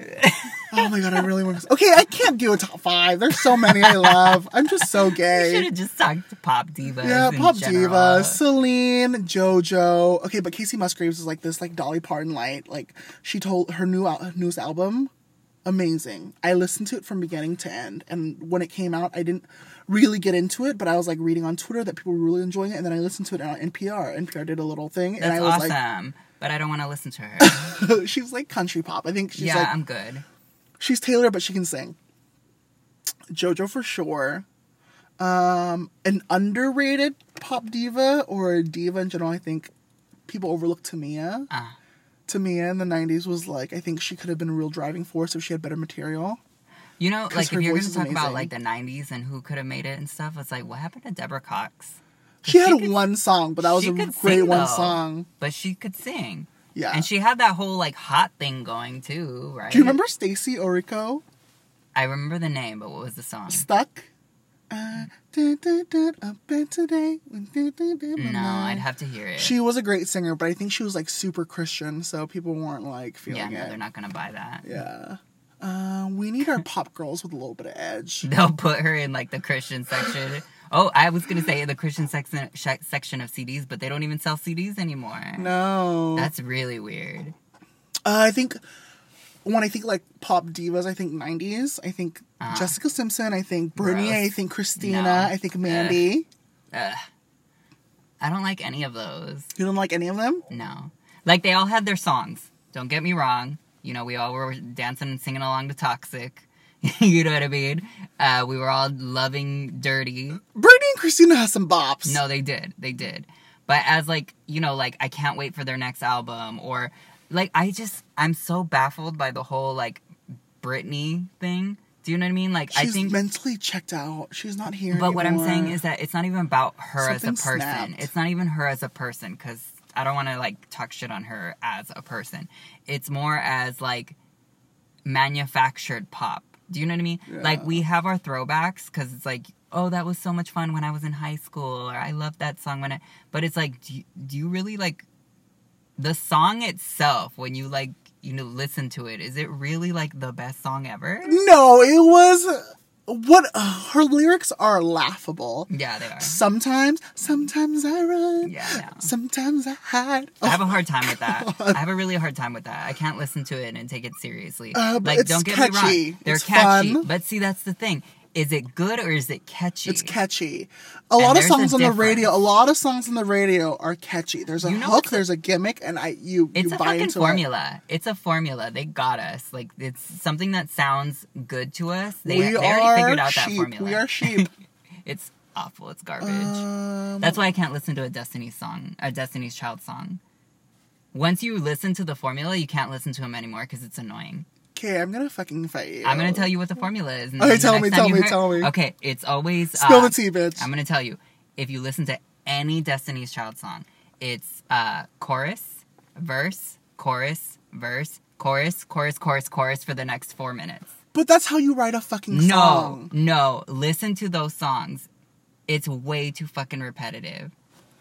[SPEAKER 1] Oh my god, I really want to. Okay, I can't do a top five. There's so many I love. I'm just so
[SPEAKER 2] [LAUGHS] You should
[SPEAKER 1] gay.
[SPEAKER 2] have just talked to pop divas.
[SPEAKER 1] Yeah,
[SPEAKER 2] in
[SPEAKER 1] pop
[SPEAKER 2] general.
[SPEAKER 1] diva, Celine, JoJo. Okay, but Casey Musgraves is like this, like Dolly Parton light. Like she told her new al- news album, amazing. I listened to it from beginning to end, and when it came out, I didn't really get into it, but I was like reading on Twitter that people were really enjoying it, and then I listened to it on NPR. NPR did a little thing, and I
[SPEAKER 2] That's
[SPEAKER 1] was
[SPEAKER 2] awesome. but I don't want to listen to her.
[SPEAKER 1] like, she was like country pop. I think [LAUGHS] she's
[SPEAKER 2] yeah,
[SPEAKER 1] like
[SPEAKER 2] I'm good.
[SPEAKER 1] She's Taylor, but she can sing. JoJo for sure. Um, an underrated pop diva or a diva in general, I think people overlook Tamia.
[SPEAKER 2] Ah.
[SPEAKER 1] Tamia in the 90s was like, I think she could have been a real driving force if she had better material.
[SPEAKER 2] You know, like
[SPEAKER 1] her
[SPEAKER 2] if you're
[SPEAKER 1] voice
[SPEAKER 2] going to
[SPEAKER 1] is
[SPEAKER 2] talk about
[SPEAKER 1] amazing.
[SPEAKER 2] like the '90s and who could have made it and stuff, it's like what happened to Deborah Cox? 'Cause
[SPEAKER 1] She had
[SPEAKER 2] could-
[SPEAKER 1] one song, but that was
[SPEAKER 2] she
[SPEAKER 1] a
[SPEAKER 2] could
[SPEAKER 1] great
[SPEAKER 2] sing,
[SPEAKER 1] one
[SPEAKER 2] though,
[SPEAKER 1] song.
[SPEAKER 2] but she could sing.
[SPEAKER 1] Yeah.
[SPEAKER 2] and she had that whole like hot thing going too, right?
[SPEAKER 1] Do you remember Stacy Orico?
[SPEAKER 2] I remember the name, but what was the song?
[SPEAKER 1] Stuck? Uh, dun, dun, dun, up in today. Dun, dun, dun,
[SPEAKER 2] No, I'd
[SPEAKER 1] dun.
[SPEAKER 2] have to hear it.
[SPEAKER 1] She was a great singer, but I think she was like super Christian, so people weren't like feeling
[SPEAKER 2] yeah, no,
[SPEAKER 1] it.
[SPEAKER 2] they're not gonna buy that.
[SPEAKER 1] Yeah. Uh, we need our pop girls with a little bit of edge.
[SPEAKER 2] [LAUGHS] They'll put her in like the Christian section. Oh, I was gonna say the Christian section sh- section of CDs, but they don't even sell CDs anymore.
[SPEAKER 1] No.
[SPEAKER 2] That's really weird.
[SPEAKER 1] Uh, I think when I think like pop divas, I think 90s. I think Jessica Simpson. I think Britney.
[SPEAKER 2] Ah. Gross.
[SPEAKER 1] I think Christina.
[SPEAKER 2] No. Eh.
[SPEAKER 1] I think Mandy.
[SPEAKER 2] Ugh. I don't like any of those.
[SPEAKER 1] You don't like any of them?
[SPEAKER 2] No. Like they all had their songs. Don't get me wrong. You know, we all were dancing and singing along to Toxic. [LAUGHS] you know what I mean? Uh, we were all loving Dirty.
[SPEAKER 1] Britney and Christina has some bops.
[SPEAKER 2] No, they did. They did. But as like, you know, like I can't wait for their next album or like I just I'm so baffled by the whole like Britney thing. Do you know what I mean? Like
[SPEAKER 1] She's
[SPEAKER 2] I think
[SPEAKER 1] mentally checked out. She's not here.
[SPEAKER 2] but what I'm
[SPEAKER 1] anymore.
[SPEAKER 2] saying is that it's not even about her as a
[SPEAKER 1] Something
[SPEAKER 2] person.
[SPEAKER 1] snapped.
[SPEAKER 2] It's not even her as a person cuz I don't want to like talk shit on her as a person. It's more as like manufactured pop. Do you know what I mean? Like
[SPEAKER 1] Yeah.
[SPEAKER 2] we have our throwbacks because it's like, oh, that was so much fun when I was in high school, or I loved that song when I. But it's like, do you, do you really like the song itself when you like you know listen to it? Is it really like the best song ever?
[SPEAKER 1] no, it was what uh, her lyrics are laughable.
[SPEAKER 2] Yeah, they are.
[SPEAKER 1] Sometimes, sometimes I run.
[SPEAKER 2] Yeah, I know.
[SPEAKER 1] Sometimes I hide. Oh,
[SPEAKER 2] I have a hard time with
[SPEAKER 1] [LAUGHS]
[SPEAKER 2] that. I have a really hard time with that. I can't listen to it and take it seriously.
[SPEAKER 1] Uh, but
[SPEAKER 2] like,
[SPEAKER 1] it's
[SPEAKER 2] don't get me
[SPEAKER 1] catchy.
[SPEAKER 2] wrong, they're
[SPEAKER 1] It's
[SPEAKER 2] catchy.
[SPEAKER 1] fun.
[SPEAKER 2] But see, that's the thing: is it good or is it catchy?
[SPEAKER 1] It's catchy. A lot of
[SPEAKER 2] there's a
[SPEAKER 1] songs on the
[SPEAKER 2] difference.
[SPEAKER 1] radio. A lot of songs on the radio are catchy. There's a
[SPEAKER 2] You know
[SPEAKER 1] hook.
[SPEAKER 2] it's a-
[SPEAKER 1] There's a gimmick, and I you
[SPEAKER 2] It's
[SPEAKER 1] you
[SPEAKER 2] a
[SPEAKER 1] buy
[SPEAKER 2] fucking
[SPEAKER 1] into
[SPEAKER 2] formula. It's a formula. They got us. Like it's something that sounds good to us.
[SPEAKER 1] it.
[SPEAKER 2] They,
[SPEAKER 1] we
[SPEAKER 2] they
[SPEAKER 1] are
[SPEAKER 2] already figured out
[SPEAKER 1] sheep.
[SPEAKER 2] that formula.
[SPEAKER 1] We are
[SPEAKER 2] [LAUGHS]
[SPEAKER 1] sheep.
[SPEAKER 2] It's awful. It's garbage.
[SPEAKER 1] um,
[SPEAKER 2] That's why I can't listen to a Destiny song, a Destiny's Child song. Once you listen to the formula, you can't listen to them anymore because it's annoying.
[SPEAKER 1] okay, I'm gonna fucking fight you.
[SPEAKER 2] I'm gonna tell you what the formula is. and
[SPEAKER 1] Okay,
[SPEAKER 2] then the
[SPEAKER 1] tell
[SPEAKER 2] next
[SPEAKER 1] me,
[SPEAKER 2] time
[SPEAKER 1] tell
[SPEAKER 2] you
[SPEAKER 1] me, tell me.
[SPEAKER 2] Okay, it's always
[SPEAKER 1] Spill
[SPEAKER 2] uh,
[SPEAKER 1] the tea, bitch.
[SPEAKER 2] I'm gonna tell you. If you listen to any Destiny's Child song, it's uh, chorus, verse, chorus, verse, chorus, chorus, chorus, chorus for the next four minutes.
[SPEAKER 1] but that's how you write a fucking
[SPEAKER 2] No,
[SPEAKER 1] song.
[SPEAKER 2] no. Listen to those songs. It's way too fucking repetitive.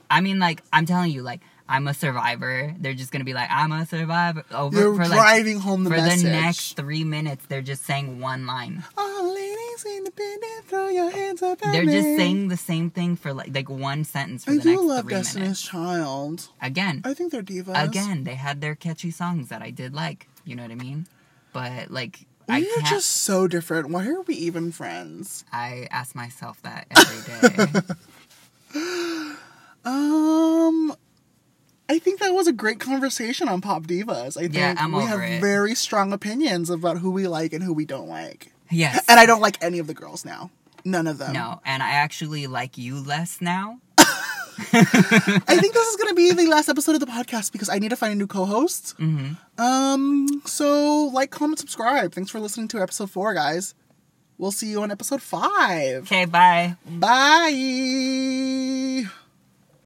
[SPEAKER 2] I mean, like, I'm telling you, like, I'm a survivor. They're just gonna be like, I'm a survivor. Over
[SPEAKER 1] You're
[SPEAKER 2] for like
[SPEAKER 1] driving home the
[SPEAKER 2] for
[SPEAKER 1] message.
[SPEAKER 2] the next three minutes, they're just saying one line.
[SPEAKER 1] All ladies independent, throw your hands up. at
[SPEAKER 2] They're just
[SPEAKER 1] me.
[SPEAKER 2] saying the same thing for like like one sentence for
[SPEAKER 1] I
[SPEAKER 2] the next
[SPEAKER 1] do love
[SPEAKER 2] three
[SPEAKER 1] Destiny's
[SPEAKER 2] minutes.
[SPEAKER 1] Child.
[SPEAKER 2] Again,
[SPEAKER 1] I think they're divas.
[SPEAKER 2] again, they had their catchy songs that I did like. You know what I mean? But like, I
[SPEAKER 1] we are
[SPEAKER 2] can't.
[SPEAKER 1] just so different. Why are we even friends?
[SPEAKER 2] I ask myself that every
[SPEAKER 1] [LAUGHS]
[SPEAKER 2] day.
[SPEAKER 1] Um, I think that was a great conversation on pop divas. I think
[SPEAKER 2] Yeah, I'm
[SPEAKER 1] we
[SPEAKER 2] over
[SPEAKER 1] have
[SPEAKER 2] it.
[SPEAKER 1] very strong opinions about who we like and who we don't like.
[SPEAKER 2] yes.
[SPEAKER 1] And I don't like any of the girls now. None of them.
[SPEAKER 2] No, and I actually like you less now.
[SPEAKER 1] [LAUGHS] I think this is going to be the last episode of the podcast because I need to find a new co-host.
[SPEAKER 2] Mhm.
[SPEAKER 1] Um, so like, comment, subscribe. Thanks for listening to episode four, guys. We'll see you on episode five.
[SPEAKER 2] Okay, bye.
[SPEAKER 1] Bye.